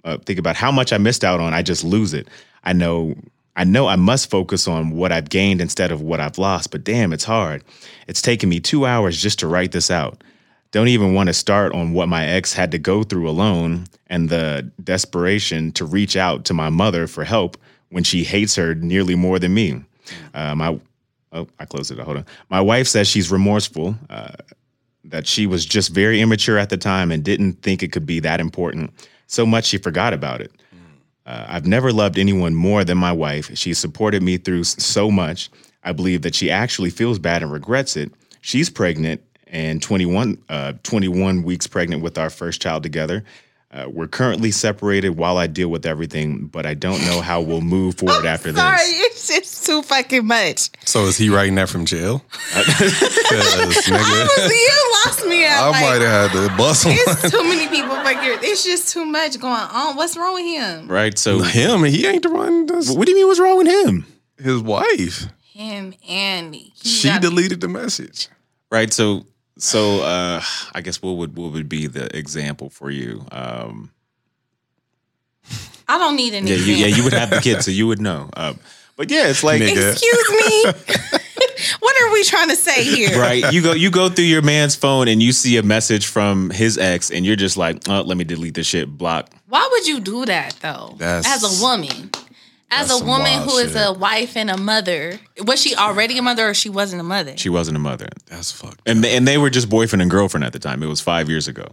uh, think about how much I missed out on, I just lose it. I know. I know I must focus on what I've gained instead of what I've lost, but damn, it's hard. It's taken me two hours just to write this out don't even want to start on what my ex had to go through alone and the desperation to reach out to my mother for help when she hates her nearly more than me. Uh, my oh, I closed it. Hold on. My wife says she's remorseful, uh, that she was just very immature at the time and didn't think it could be that important. So much she forgot about it. Uh, I've never loved anyone more than my wife. She supported me through s- so much. I believe that she actually feels bad and regrets it. She's pregnant and 21, uh, 21 weeks pregnant with our first child together. Uh, we're currently separated while I deal with everything, but I don't know how we'll move forward after Sorry, this. it's just too fucking much. So is he writing that from jail? 'Cause, nigga, Honestly, you lost me at I like, might have had to bust him. it's too many people fucking. It's just too much going on. What's wrong with him? Right? So, Him, he ain't the one. That's what do you mean what's wrong with him? his wife. Him and me. He She got- deleted the message. Right? So, so uh, I guess what would what would be the example for you? Um, I don't need any. yeah, you, yeah, you would have the kid, so you would know. Uh, but yeah, it's like Nigga. Excuse me. what are we trying to say here? right? You go you go through your man's phone and you see a message from his ex, and you're just like, oh, let me delete this shit, block. Why would you do that though? That's- as a woman. As that's a some woman wild who is shit. a wife and a mother. Was she already a mother or she wasn't a mother? She wasn't a mother, That's fucked. and they, and they were just boyfriend and girlfriend at the time. It was five years ago,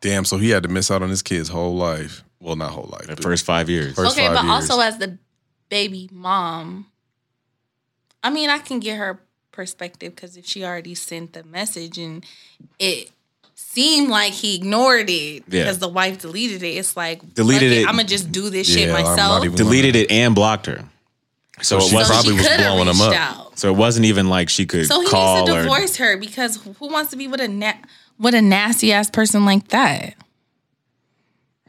Damn. So he had to miss out on his kid's whole life. Well, not whole life. the but first five years. first okay, five but years. also as the baby mom. I mean, I can get her perspective because if she already sent the message and it seemed like he ignored it Yeah. because the wife deleted it, it's like Deleted it. I'm gonna just do this shit Yeah, I'm not myself. even- Deleted it and blocked her. So, So it she wasn't. probably she was coulda blowing him reached up. out. so it wasn't even like she could So he call needs to or- divorce her because who wants to be with a na- with a nasty ass person like that?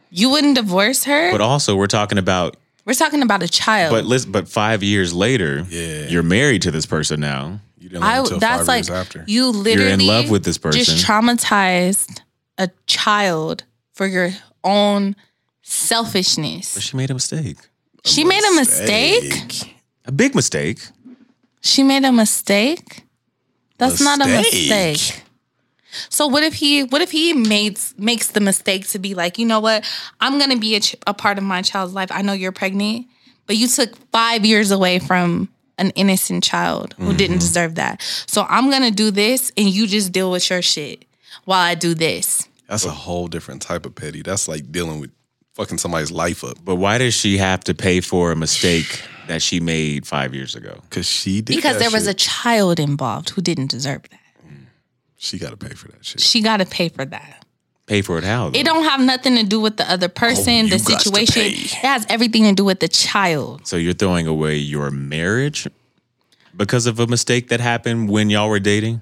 You wouldn't divorce her. But also, we're talking about We're talking about a child. But listen, but five years later, Yeah. you're married to this person now. You didn't I learn until that's five like years after. you literally love with this person. Just traumatized a child for your own selfishness. But she made a mistake, she made a mistake. a big mistake. She made a mistake. That's not a Mistake. mistake. So what if he what if he makes makes the mistake to be like, you know what? I'm gonna be a, ch- a part of my child's life. I know you're pregnant, but you took five years away from an innocent child who Mm-hmm. didn't deserve that. So I'm gonna do this, and you just deal with your shit while I do this. That's a whole different type of petty. That's like dealing with fucking somebody's life up But why does she have to pay for a mistake that she made five years ago? because she did. Because that there was a shit. child involved who didn't deserve that. She got to pay for that shit. She got to pay for that. Pay for it how? Though? It don't have nothing to do with the other person, Oh, you the gots to situation. pay. It has everything to do with the child. so you're throwing away your marriage because of a mistake that happened when y'all were dating.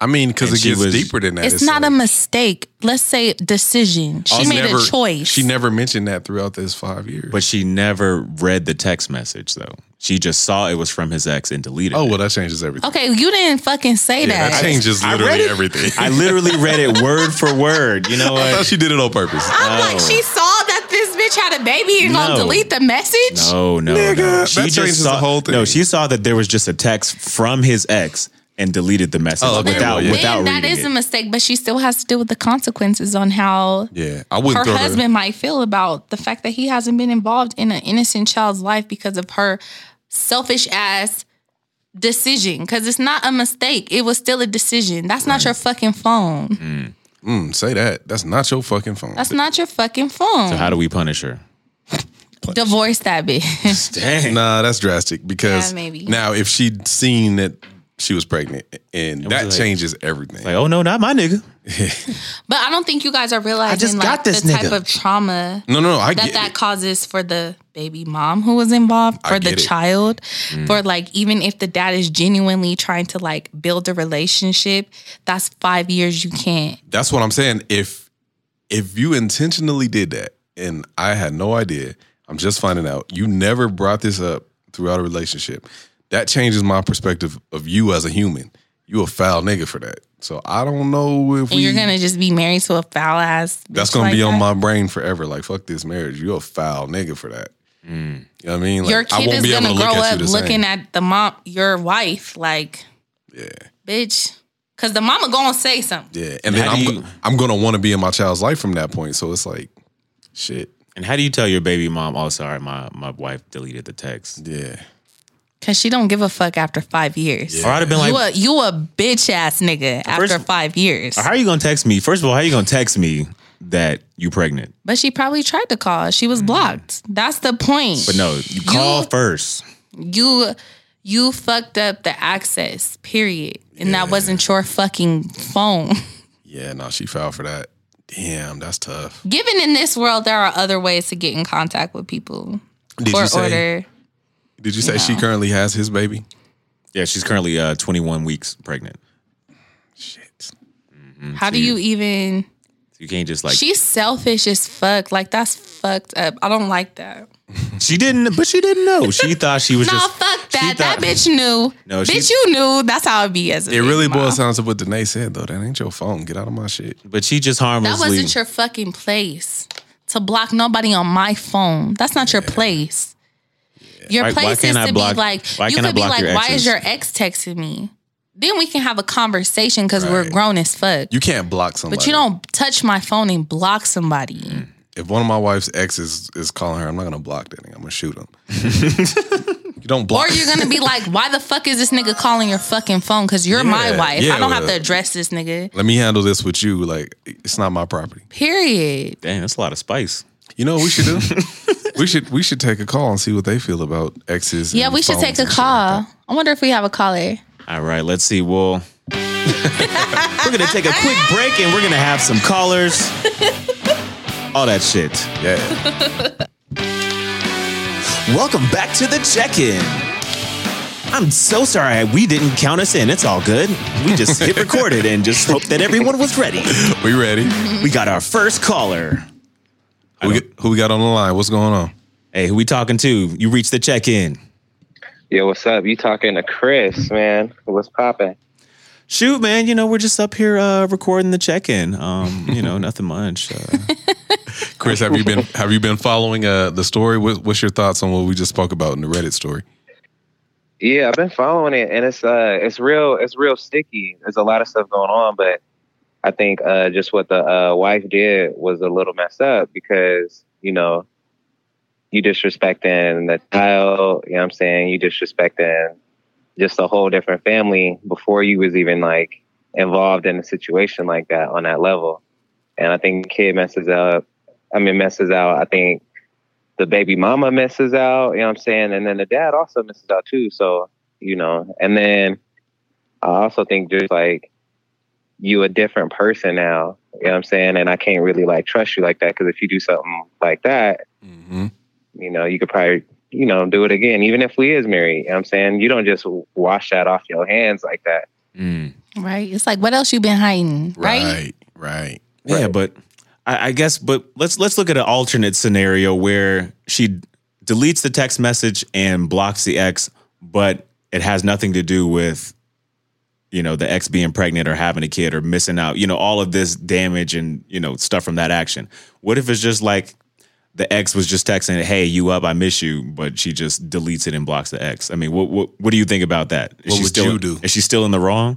I mean, because And it she gets was- deeper than that. It's not a like- mistake. Let's say decision. She She made never- a choice. She never mentioned that throughout this five years. But she never read the text message though. She just saw it was from his ex and deleted. oh it. well, that changes everything. okay, you didn't fucking say Yeah, that that. changes I read literally it. everything. I literally read it word for word. You know I thought what? she did it on purpose. I'm like, she saw that this bitch had a baby and gonna No. delete the message. Oh, No, no, no. that changes the saw, whole thing. No, she saw that there was just a text from his ex and deleted the message Oh, okay, without well, yeah. without Then that reading is a it. mistake, but she still has to deal with the consequences on how yeah, I wouldn't her throw husband might feel about the fact that he hasn't been involved in an innocent child's life because of her selfish ass decision. Because it's not a mistake; it was still a decision. That's not your fucking phone. The, mm, say that. That's not your fucking phone. That's not your fucking phone. So how do we punish her? Divorce that bitch. Dang. Nah, that's drastic because Yeah, maybe. now if she'd seen that she was pregnant, and that like- changes everything. Like, oh no, not my nigga. But I don't think you guys are realizing just like, got this the type nigga. of trauma no, no, no. I that get that that. causes for the baby mom who was involved, I for the get it. child, for like even if the dad is genuinely trying to like build a relationship, that's five years you can't. That's what I'm saying. If if you intentionally did that, and I had no idea, I'm just finding out. You never brought this up throughout a relationship. That changes my perspective of you as a human. You a foul nigga for that. So I don't know if we. And you're gonna just be married to a foul ass. that's bitch gonna like be on that. my brain forever. Like fuck this marriage. You a foul nigga for that. You know what I mean? Like, Your I kid is gonna grow up looking at the mom, your wife, like, yeah. bitch, because the mama gonna say something. Yeah, and then How do I'm you- go- I'm gonna want to be in my child's life from that point. So it's like, shit. And how do you tell your baby mom? Oh, sorry, my my wife deleted the text. Yeah, Cause she don't give a fuck after five years. Or I'd have been like, You a you a bitch ass nigga after First- five years. how are you gonna text me? First of all, how are you gonna text me that you pregnant? But she probably tried to call. She Mm. was blocked. That's the point. But no, you call first. you you fucked up the access. Period. And that wasn't your fucking phone. yeah. No, she foul for that. Damn, that's tough. Given in this world, there are other ways to get in contact with people. Did Court you say? order. Did you say she currently has his baby? Yeah, she's currently uh, 21 weeks pregnant. Shit. How do you even? So you can't just Mm, like she, She's selfish as fuck. Like that's fucked up. I don't like that. didn't, but she didn't know. She thought she was No, just fuck she that. that thought- bitch knew. No, she- bitch, you knew. That's how it be as a It baby really mom. boils down to what Danae said though. That ain't your phone. Get out of my shit. But she just That harmlessly. wasn't your fucking place to block nobody on my phone. That's not your place. Your Why- why place is can't I to block- be like, why you can't I could be block like, your why exes?" is your ex texting me? Then we can have a conversation because we're grown as fuck. You can't block somebody. but you don't touch my phone and block somebody. If one of my wife's exes is calling her, I'm not gonna block that. Nigga. I'm gonna shoot him. you don't Or block. you're gonna be like, why the fuck is this nigga calling your fucking phone? Because you're my Yeah, wife. yeah, I don't have well- to address this nigga. Let me handle this with you. Like it's not my property. Period. Dang, that's a lot of spice. You know what we should do? we should we should take a call and see what they feel about exes. Yeah, and we should phones take a and shit like call. I wonder if we have a caller. All right, let's see. Well, we're gonna take a quick break and we're gonna have some callers. All that shit. that. Yeah. Welcome back to the check-in. I'm so sorry we didn't count us in. It's all good. We just hit recorded and just hope that everyone was ready. We ready? We got our first caller. Who we, who we got on the line? What's going on? Hey, who we talking to? You reached the check-in. Yo, what's up? You talking to Chris, man? What's poppin'? Shoot, man, you know, we're just up here uh recording the check-in. Um, you know, nothing much. Uh, Chris, have you been have you been following uh, the story? What, what's your thoughts on what we just spoke about in the Reddit story? Yeah, I've been following it, and it's uh, it's real, it's real sticky. There's a lot of stuff going on, but I think uh, just what the uh, wife did was a little messed up because you know you disrespecting the child. You know what I'm saying? You disrespecting just a whole different family before you was even like involved in a situation like that on that level. And I think the kid messes up. I mean, messes out. I think the baby mama messes out, you know what I'm saying? And then the dad also messes out too. So, you know, and then I also think just like you a different person now, you know what I'm saying? And I can't really like trust you like that because if you do something like that, Mm-hmm. you know, you could probably, you know, do it again, even if we is married, you know what I'm saying? You don't just wash that off your hands like that. Right? It's like, what else you been hiding? right? Right, right. Yeah, but I, I guess but let's let's look at an alternate scenario where she deletes the text message and blocks the ex, but it has nothing to do with you know the ex being pregnant or having a kid or missing out, you know, all of this damage and you know stuff from that action. What if it's just like the ex was just texting, "Hey, you up? I miss you," but she just deletes it and blocks the ex. I mean, what what, what do you think about that? Is What she would still, you do? Is she still in the wrong?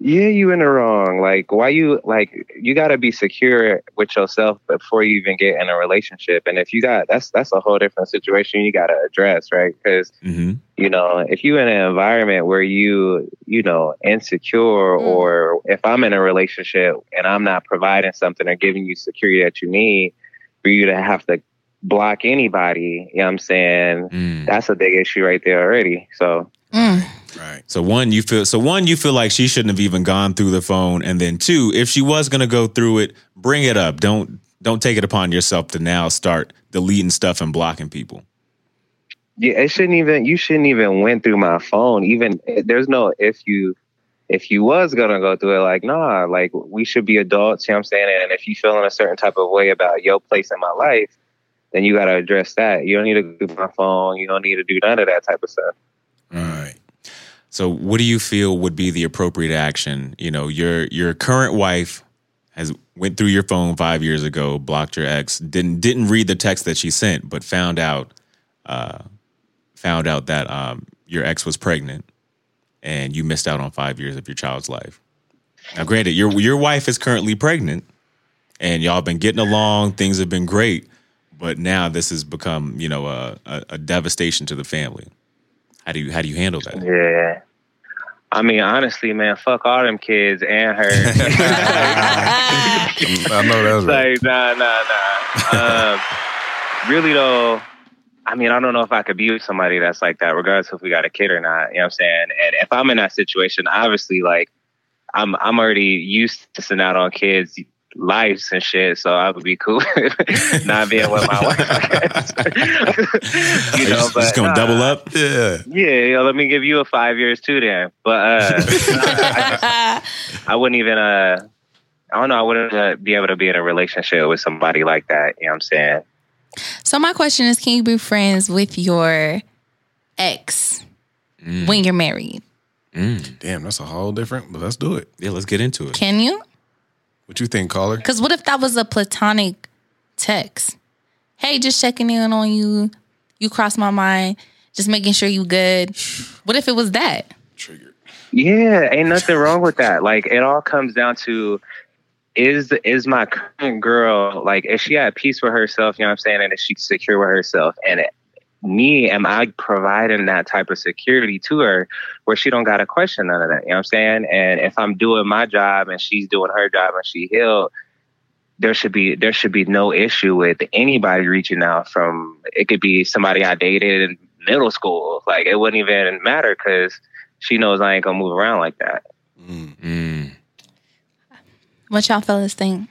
Yeah, you in the wrong. Like, why you like you gotta be secure with yourself before you even get in a relationship. And if you got that's that's a whole different situation you gotta address, right? Because Mm-hmm. you know, if you in an environment where you you know insecure, or if I'm in a relationship and I'm not providing something or giving you security that you need, for you to have to Mm. block anybody, you know what I'm saying? That's a big issue right there already. So Mm. Right. So one, you feel so one, you feel like she shouldn't have even gone through the phone, and then two, if she was gonna go through it, bring it up. Don't don't take it upon yourself to now start deleting stuff and blocking people. Yeah, it shouldn't even. You shouldn't even went through my phone. Even there's no if you, if you was gonna go through it, like nah, like we should be adults. You know what I'm saying? And if you feeling a certain type of way about your place in my life, then you gotta address that. You don't need to go through my phone. You don't need to do none of that type of stuff. Right. So what do you feel would be the appropriate action? You know, your your current wife has went through your phone five years ago, blocked your ex, didn't didn't read the text that she sent, but found out uh, found out that um, your ex was pregnant, and you missed out on five years of your child's life. Now, granted, your your wife is currently pregnant, and y'all been getting along, things have been great, but now this has become you know a, a, a devastation to the family. How do you how do you handle that? Yeah. I mean, honestly, man, fuck all them kids and her. I know that's right. like, nah, nah, nah. Um, really though, I mean, I don't know if I could be with somebody that's like that, regardless if we got a kid or not. You know what I'm saying? And if I'm in that situation, obviously, like, I'm I'm already used to sitting out on kids' lives and shit, so I would be cool not being with my wife. Are you you know, just, but just gonna nah. double up. Yeah. Yeah, yeah, let me give you a five years too, then. But uh, Mm. I wouldn't even. Uh, I don't know. I wouldn't uh, be able to be in a relationship with somebody like that. You know what I'm saying? So my question is, can you be friends with your ex Mm. when you're married? Damn, that's a whole different. But let's do it. Yeah, let's get into it. Can you? What you think, caller? Because what if that was a platonic text? Hey, just checking in on you. You crossed my mind. Just making sure you good. What if it was that? Triggered. Yeah, ain't nothing wrong with that. Like it all comes down to is is my current girl like is she at peace with herself? You know what I'm saying? And is she secure with herself? And it, me, am I providing that type of security to her where she don't got to question none of that? You know what I'm saying? And if I'm doing my job and she's doing her job and she healed. There should be there should be no issue with anybody reaching out from it could be somebody I dated in middle school like it wouldn't even matter because she knows I ain't gonna move around like that. What y'all fellas think?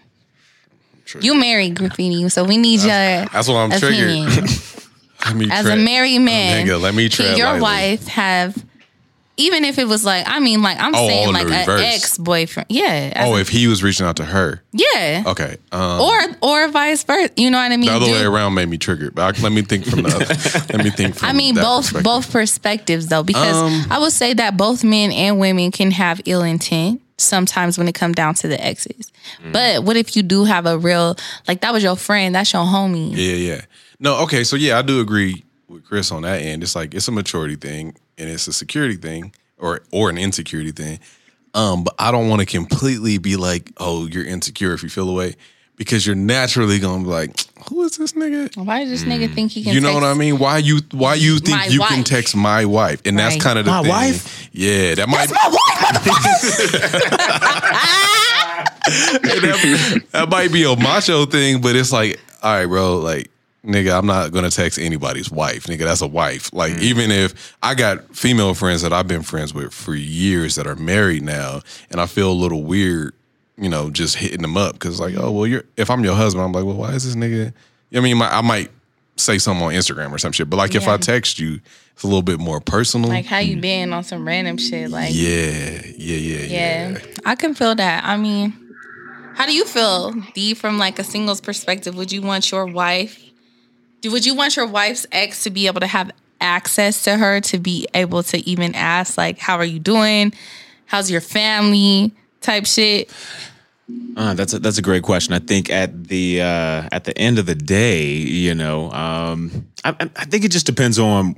You married graffiti, so we need your That's why I'm opinion. triggered. Let me As tre- a married man, Nigga, let me tread can your lightly. wife have? Even if it was like, I mean, like I'm Oh, saying, on the like an reverse. ex boyfriend, yeah, as Oh, a- if he was reaching out to her. yeah, Okay. Um, or or vice versa. You know what I mean? the other Do- way around made me triggered. But I, let me think from the other. let me think from I mean that both perspective. both perspectives though, because Um, I would say that both men and women can have ill intent sometimes when it comes down to the exes. Mm. But what if you do have a real like that was your friend, that's your homie. Yeah, yeah. No, okay. So yeah, I do agree with Chris on that end. It's like it's a maturity thing and it's a security thing or or an insecurity thing. Um, but I don't want to completely be like, oh, you're insecure if you feel away, because you're naturally gonna be like, who is this nigga? Why does this nigga think he can? Mm. You know text- what I mean? Why you why you think My you can wife. text my wife? And that's Right. kind of the My thing. wife? Yeah, that might that, that might be a macho thing, but it's like, all right, bro, like, nigga, I'm not gonna text anybody's wife. Nigga, that's a wife. Like, Mm. even if I got female friends that I've been friends with for years that are married now, and I feel a little weird, you know, just hitting them up because like, oh, well, you're if I'm your husband, I'm like, well, why is this nigga? You know what I mean, my, I might say something on Instagram or some shit, but like if Yeah. I text you, it's a little bit more personal. Like how you been on some random shit? Like yeah. yeah, yeah, yeah, yeah. I can feel that. I mean, how do you feel, D, from like a singles perspective? Would you want your wife? do- Would you want your wife's ex to be able to have access to her to be able to even ask like, "How are you doing? How's your family?" type shit? Uh, that's a, that's a great question. I think at the uh, at the end of the day, you know, um, I, I- I think it just depends on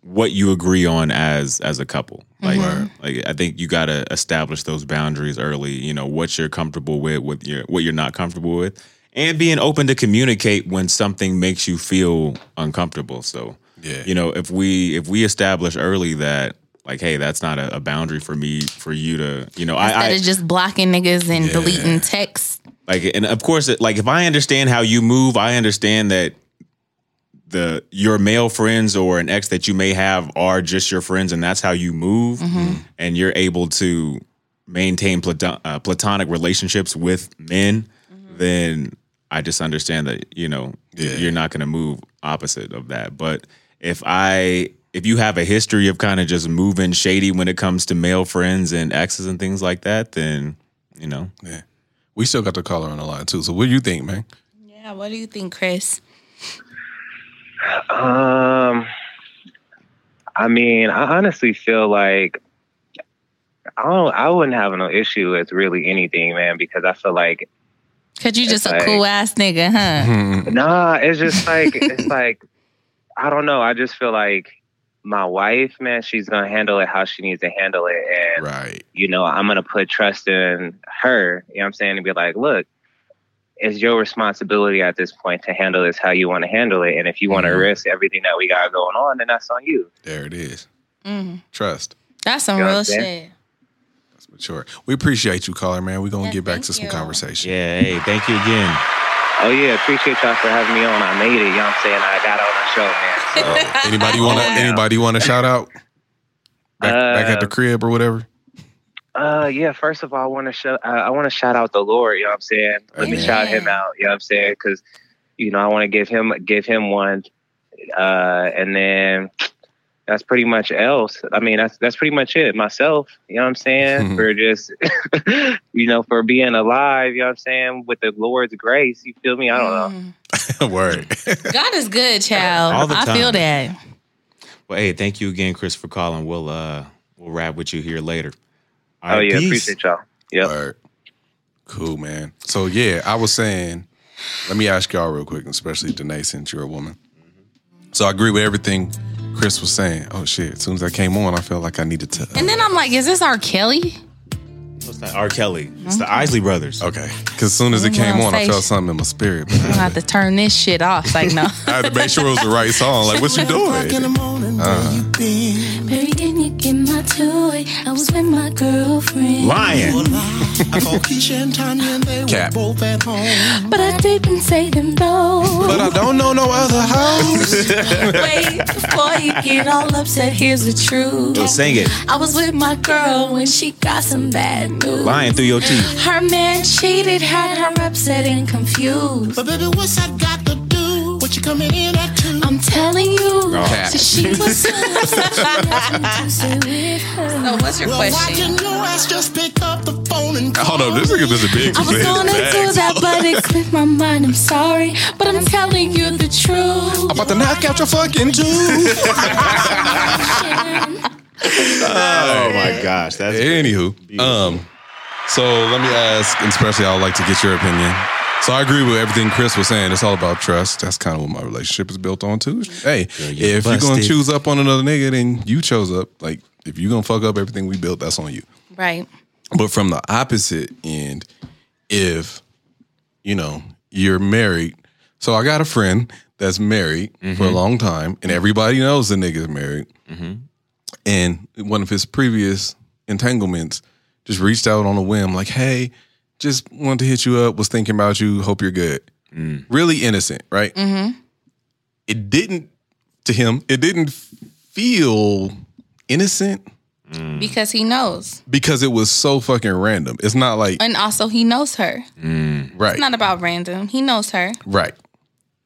what you agree on as as a couple. Like, Mm-hmm. like I think you got to establish those boundaries early. You know what you're comfortable with, what you're what you're not comfortable with, and being open to communicate when something makes you feel uncomfortable. So, Yeah. you know, if we if we establish early that. Like, hey, that's not a, a boundary for me, for you to, you know, I, Instead I of just blocking niggas and Yeah. deleting texts. like, and of course, it, like if I understand how you move, I understand that the your male friends or an ex that you may have are just your friends, and that's how you move, Mm-hmm. Mhm. and you're able to maintain platon- uh, platonic relationships with men, then I just understand that you know you're not going to move opposite of that. But if I if you have a history of kind of just moving shady when it comes to male friends and exes and things like that, then you know, yeah, we still got the caller on the line too. So what do you think, man? Yeah, what do you think, Chris? Um, I mean, I honestly feel like I don't. I wouldn't have no issue with really anything, man, because I feel like Cause you just It's a cool like- ass nigga, huh? Mm-hmm. nah, it's just like it's like I don't know. I just feel like my wife, man, she's gonna handle it how she needs to handle it, and Right. you know, I'm gonna put trust in her. You know what I'm saying? And be like, look, it's your responsibility at this point to handle this how you want to handle it, and if you want to Mhm. risk everything that we got going on, then that's on you. There it is. Mm. Trust. That's some You know what real I'm shit. saying? That's mature. We appreciate you, caller, man. We're gonna Yeah, get back thank to some you. conversation. yeah. Hey, thank you again. Oh yeah, appreciate y'all for having me on. I made it. You know what I'm saying? I got on the show, man. Uh, anybody wanna Yeah. anybody wanna shout out? Back, back at the Uh, crib or whatever. Uh, yeah. First of all, I want to show. Uh, I want to shout out the Lord. You know what I'm saying? Let me Amen. shout him out. You know what I'm saying? Because you know I want to give him give him one. Uh, and then that's pretty much else. I mean, that's that's pretty much it. Myself. You know what I'm saying? for just you know for being alive. You know what I'm saying? With the Lord's grace. You feel me? I don't know. Word. Mm. God is good, child. All the I feel time. that. Well, hey, thank you again, Chris, for calling. We'll uh we'll rap with you here later. All oh right, yeah, peace. appreciate y'all. Yep. Word. Cool, man. So yeah, I was saying, let me ask y'all real quick, especially Danae, since you're a woman. So I agree with everything Chris was saying. Oh shit. As soon as I came on, I felt like I needed to uh, And then I'm like, is this R. Kelly? What's that? R. Kelly. It's Mm-hmm. the Isley Brothers. Okay. Cause as soon as it Come came on, on, I say felt sh- something in my spirit. but I'm gonna have to turn this shit off. Like, no. I had to make sure it was the right song. Like, what you doing? Baby, can you get my toy? I was with my girlfriend. Lion. Cap. But I didn't say them no. But I don't know no other hoes. Wait, before you get all upset, here's the truth. So sing it. I was with my girl when she got some bad news. Lying through your teeth. Her man cheated, had her upset and confused. But baby, what's I got to do? What you coming in at two? I'm telling you, Cap. so she was so upset, she asked me to stay with her. So what's your Well, why question? didn't your ass just pick up the phone and call? Hold up, this nigga just a big I was gonna do that, but it slipped my mind. I'm sorry, but I'm telling you the truth. I'm about to knock out your fucking tooth. Oh my gosh. That's Anywho, um, so let me ask, and especially I'd like to get your opinion. So I agree with everything Chris was saying. It's all about trust. That's kind of what my relationship is built on too. Hey, you're if you're gonna busted. choose up on another nigga, then you chose up. Like if you're gonna fuck up everything we built, that's on you. Right. But from the opposite end, if you know you're married, so I got a friend that's married for a long time, and everybody knows the nigga's married. And one of his previous entanglements just reached out on a whim, like, "Hey, just wanted to hit you up. Was thinking about you. Hope you're good." Really innocent, right? It didn't to him. It didn't feel innocent Because he knows. because it was so fucking random. It's not like And also, he knows her. right, It's not about random. He knows her. right.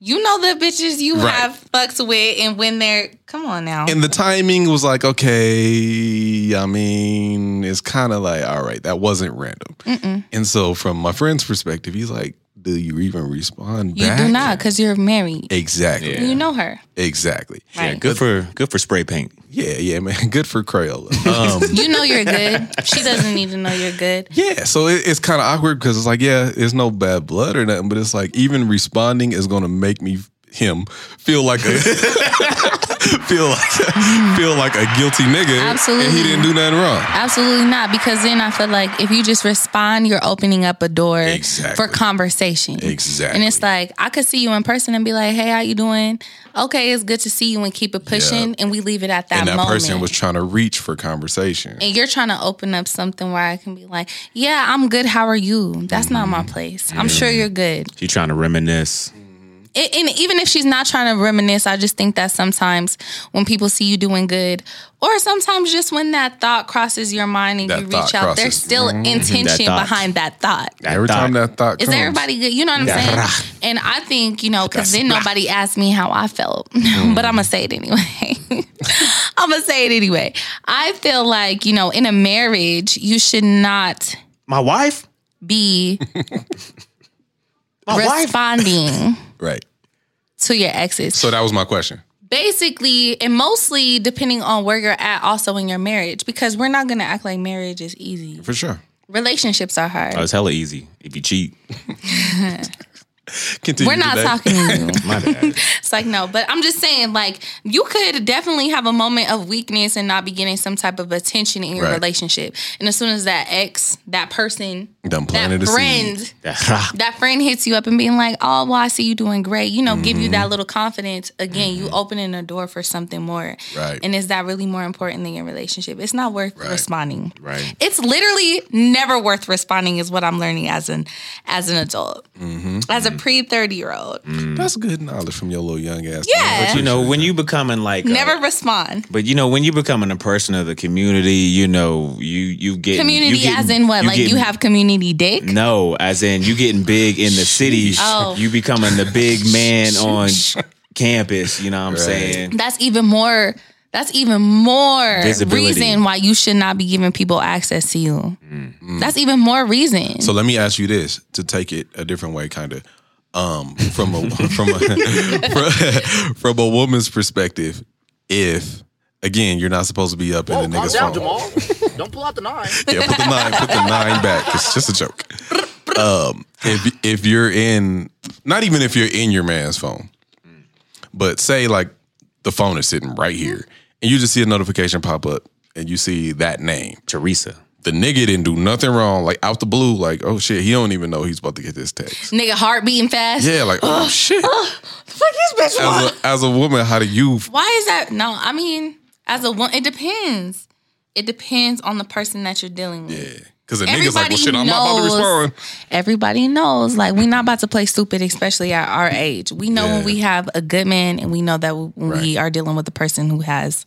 You know the bitches you Right. have fucks with and when they're. Come on now. And the timing was like, okay, I mean, it's kind of like, all right, that wasn't random. And so, from my friend's perspective, he's like, do you even respond you back? do not because you're married. Exactly. You know her. Exactly. yeah, good for good for spray paint. Yeah, yeah, man. Good for Crayola. Um, You know you're good. She doesn't need to know you're good. yeah, so it, it's kind of awkward because it's like, yeah, it's no bad blood or nothing, but it's like, even responding is going to make me, him, feel like a. feel like feel like a guilty nigga and Absolutely. he didn't do nothing wrong Absolutely not. Because then I feel like if you just respond, you're opening up a door Exactly. for conversation. Exactly. And it's like I could see you in person and be like, "Hey, how you doing? Okay, it's good to see you," and keep it pushing, and we leave it at that. and that moment. person was trying to reach for conversation and you're trying to open up something where I can be like, "Yeah, Mm-hmm. I'm good. How are you?" That's not my place. I'm sure you're good. She trying to reminisce. it, and even if she's not trying to reminisce, I just think that sometimes when people see you doing good, or sometimes just when that thought crosses your mind and That you reach thought out, there's crosses. still Mhm. intention That thought. behind that thought. Every time that thought Is comes, everybody good? You know what I'm Yeah. saying? And I think, you know, because That's then right. nobody asked me how I felt, but I'm going to say it anyway. I'm going to say it anyway. I feel like, you know, in a marriage, you should not My wife? be My wife? responding right? to your exes. So that was my question. Basically, and mostly depending on where you're at also in your marriage, because we're not going to act like marriage is easy. For sure. Relationships are hard. Oh, it's hella easy if you cheat. Continue We're not today. talking to you. My bad. It's like no, but I'm just saying, like you could definitely have a moment of weakness and not be getting some type of attention in your Right. relationship. And as soon as that ex, that person, Done planted that a friend, seed. that friend hits you up and being like, "Oh, well, I see you doing great," you know, give you Mm-hmm. that little confidence. Again, you opening the door for something more. Right. And is that really more important than your relationship? It's not worth Right. responding. Right. It's literally never worth responding. Is what I'm learning as an as an adult, Mm-hmm. as a pre thirty year old. That's good knowledge from your little young ass. Yeah. But you know, when you becoming like a- Never respond. But you know, when you becoming a person of the community, you know, you you get Community as in what? like you have community dick? no, as in you getting big in the city. Oh. You becoming the big man on campus. You know what I'm saying? That's even more that's even more Visibility. reason why you should not be giving people access to you. That's even more reason. So let me ask you this to take it a different way, kind of. Um, from a from a from, from a woman's perspective, if again you're not supposed to be up in the niggas' phone. Don't pull out the nine. Yeah, put the nine, put the nine back. It's just a joke. Um, if if you're in, not even if you're in your man's phone, but say like the phone is sitting right Mm-hmm. here, and you just see a notification pop up, and you see that name. Teresa. The nigga didn't do nothing wrong, like out the blue, like oh shit, he don't even know he's about to get this text. Nigga heart beating fast. Yeah, like oh shit. Fuck this As bitch want? a, as a woman, how do you? Why is that? No, I mean, as a woman, it depends. It depends on the person that you're dealing with. Because the nigga's like, well, shit, I'm not about to knows- respond. Everybody knows, like, we're not about to play stupid, especially at our age. We know when Yeah. we have a good man, and we know that when Right. we are dealing with a person who has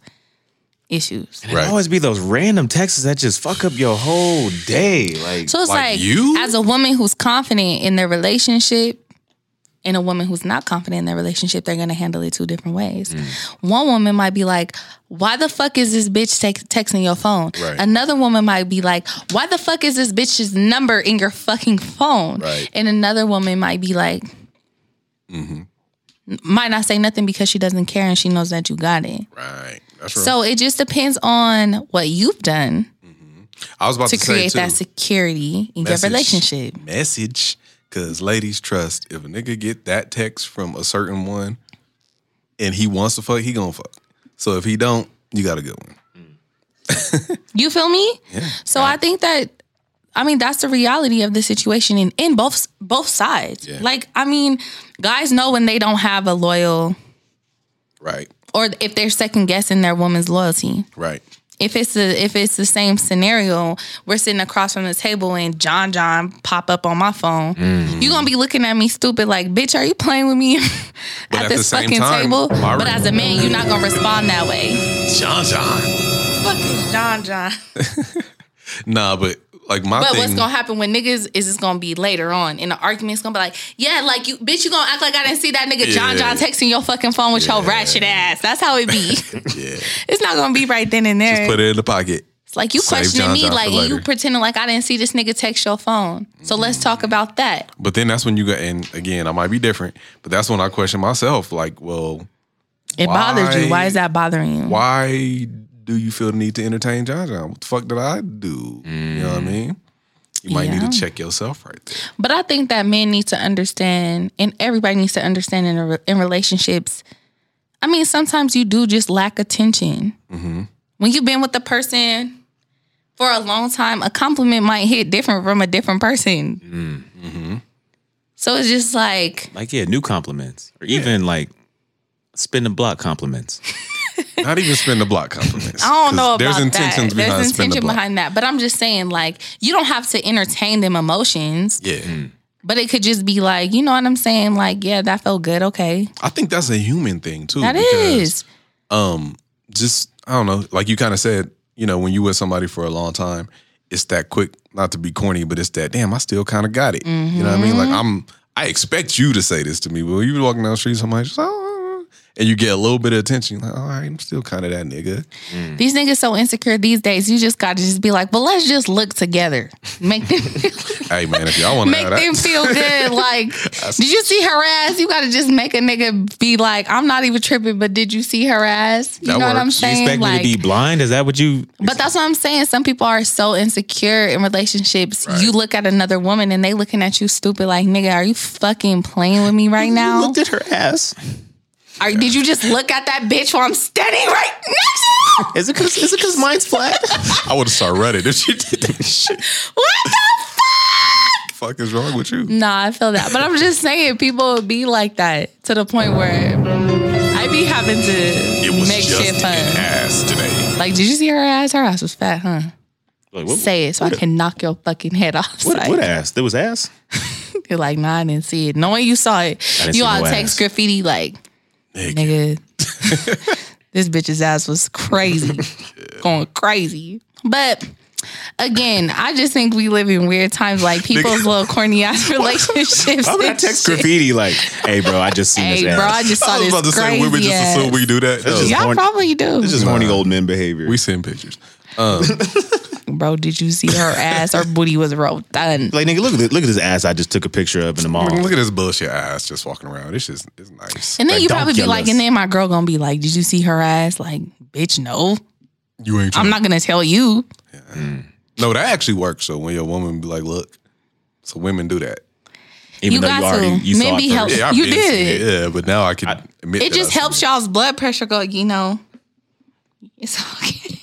issues. It Right. Always be those random texts that just fuck up your whole day. Like So it's Like like, you? as a woman who's confident in their relationship and a woman who's not confident in their relationship, they're going to handle it two different ways. Mm. One woman might be like, why the fuck is this bitch te- texting your phone? Right. Another woman might be like, why the fuck is this bitch's number in your fucking phone? Right. Mm-hmm. And another woman might be like, might not say nothing because she doesn't care and she knows that you got it. Right. That's right. So it just depends on what you've done I was about to to, say create too, that security in message- your relationship. Message. Cause ladies trust if a nigga get that text from a certain one and he wants to fuck, he gonna fuck. So if he don't, you got a good one. You feel me? So I think that I mean that's the reality of the situation in in both both sides. Like I mean, guys know when they don't have a loyal Right. or if they're second guessing their woman's loyalty. Right. If it's the if it's the same scenario, we're sitting across from the table and John John pop up on my phone. Mm. you gonna be looking at me stupid like, bitch, are you playing with me at, at the this same fucking time, table? my- But as a man, you're not gonna respond that way. John John. Fucking John John. Nah, but like my But thing. what's gonna happen when niggas is it's gonna be later on in the argument? It's gonna be like, yeah, like you, bitch, you gonna act like I didn't see that nigga John Yeah. John texting your fucking phone with your ratchet ass. That's how it be. yeah. it's not gonna be right then and there. Just put it in the pocket. it's like you save questioning John me, John like for and you later. pretending like I didn't see this nigga text your phone. So let's talk about that. But then that's when you got and again, I might be different, but that's when I question myself. Like, well, It bothers you. Why- Why is that bothering you? why do you feel the need to entertain John John? What the fuck did I do? You know what I mean? You might Yeah. need to check yourself right there. But I think that men need to understand, and everybody needs to understand in a, in relationships. I mean, sometimes you do just lack attention. Mm-hmm. When you've been with a person for a long time, a compliment might hit different from a different person. Mm-hmm. So it's just like like yeah, new compliments. Or even like spin the block compliments. Not even spin the block compliments. I don't know 'Cause about There's intentions that. behind There's spin the intention block. behind that, but I'm just saying, like, you don't have to entertain them emotions. yeah, But it could just be like, you know what I'm saying? Like, yeah, that felt good. Okay. I think that's a human thing too. That because, is. Um, just I don't know. Like you kind of said, you know, when you with somebody for a long time, it's that quick. Not to be corny, but it's that damn. I still kind of got it. You know what I mean? Like Mm-hmm. I'm. I expect you to say this to me, but when you be walking down the street, somebody's just, "Oh," and you get a little bit of attention. You're like, all right, I'm still kind of that nigga. These niggas so insecure these days. You just got to just be like, well, let's just look together. Make them Hey man, if y'all want to make them feel good. Like, did you see her ass? You got to just make a nigga be like, I'm not even tripping, but did you see her ass? You That know what I'm works. You saying? expect Like, me to be blind? Is that what you? but that's what I'm saying. Some people are so insecure in relationships. You look at another woman and they looking at you stupid. Like, nigga, are you fucking playing with me right now? Looked at her ass. Are, did you just look at that bitch while I'm standing right next Is it because is it because mine's flat? I would have started Reddit if she did that shit. to you? What the fuck is wrong with you? Nah, I feel that. But I'm just saying, people be like that to the point where I be having It to was make just shit an fun. ass today. Like, did you see her ass? Her ass was fat, huh? Like, Say it so I can knock your fucking head off. What, Like, what ass? There was ass. You're like, nah, I didn't see it. Knowing you saw it, didn't see you all no text ass. graffiti like, nigga, this bitch's ass was crazy, going crazy. But again, I just think we live in weird times. Like people's little corny ass relationships. Why would I and text shit. graffiti like, "Hey, bro, I just seen Hey, this ass." bro, I just saw I was this about to say crazy women just ass. assume we do that. No, just- Y'all horny- probably do, This is horny old men behavior. we send pictures. bro. Did you see her ass? Her booty was rolled done. like, nigga, look at this, look at this ass I just took a picture of in the mall. Look at this bullshit ass just walking around. This is is nice. And then like, you don't probably be kill like, us. and then my girl gonna be like, did you see her ass? Like, bitch, no, You ain't. I'm tryna- not gonna tell you. No, that actually works. So when your woman be like, look, so women do that. Even You though got you already to. you Men saw be it help- first. Yeah, I You been seen did. it. Yeah, but now I can admit It that I just seen helps it. y'all's blood pressure go. You know, it's okay.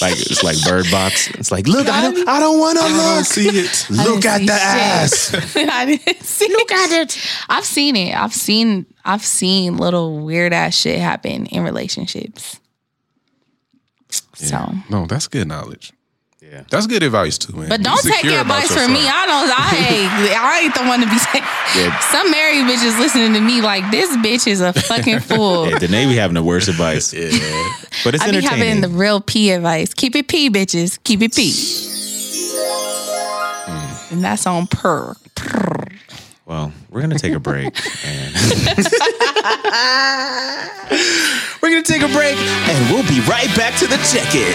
Like it's like bird box. It's like, look, I don't, I don't want to I look. see it. Look at the ass. I didn't see Look at it. I've seen it. I've seen. I've seen little weird ass shit happen in relationships. So. No, that's good knowledge. Yeah. That's good advice too, man. But Be don't take secure about advice yourself. from me. I don't. I ain't. I ain't the one to be saying. Yeah. Some married bitches listening to me like this bitch is a fucking fool. Yeah, Danae be having the worst advice. Yeah. But it's I be having entertaining. the real P advice. Keep it P, bitches. Keep it P. And that's on per. well, we're gonna take a break. and- We're gonna take a break and we'll be right back to the check-in.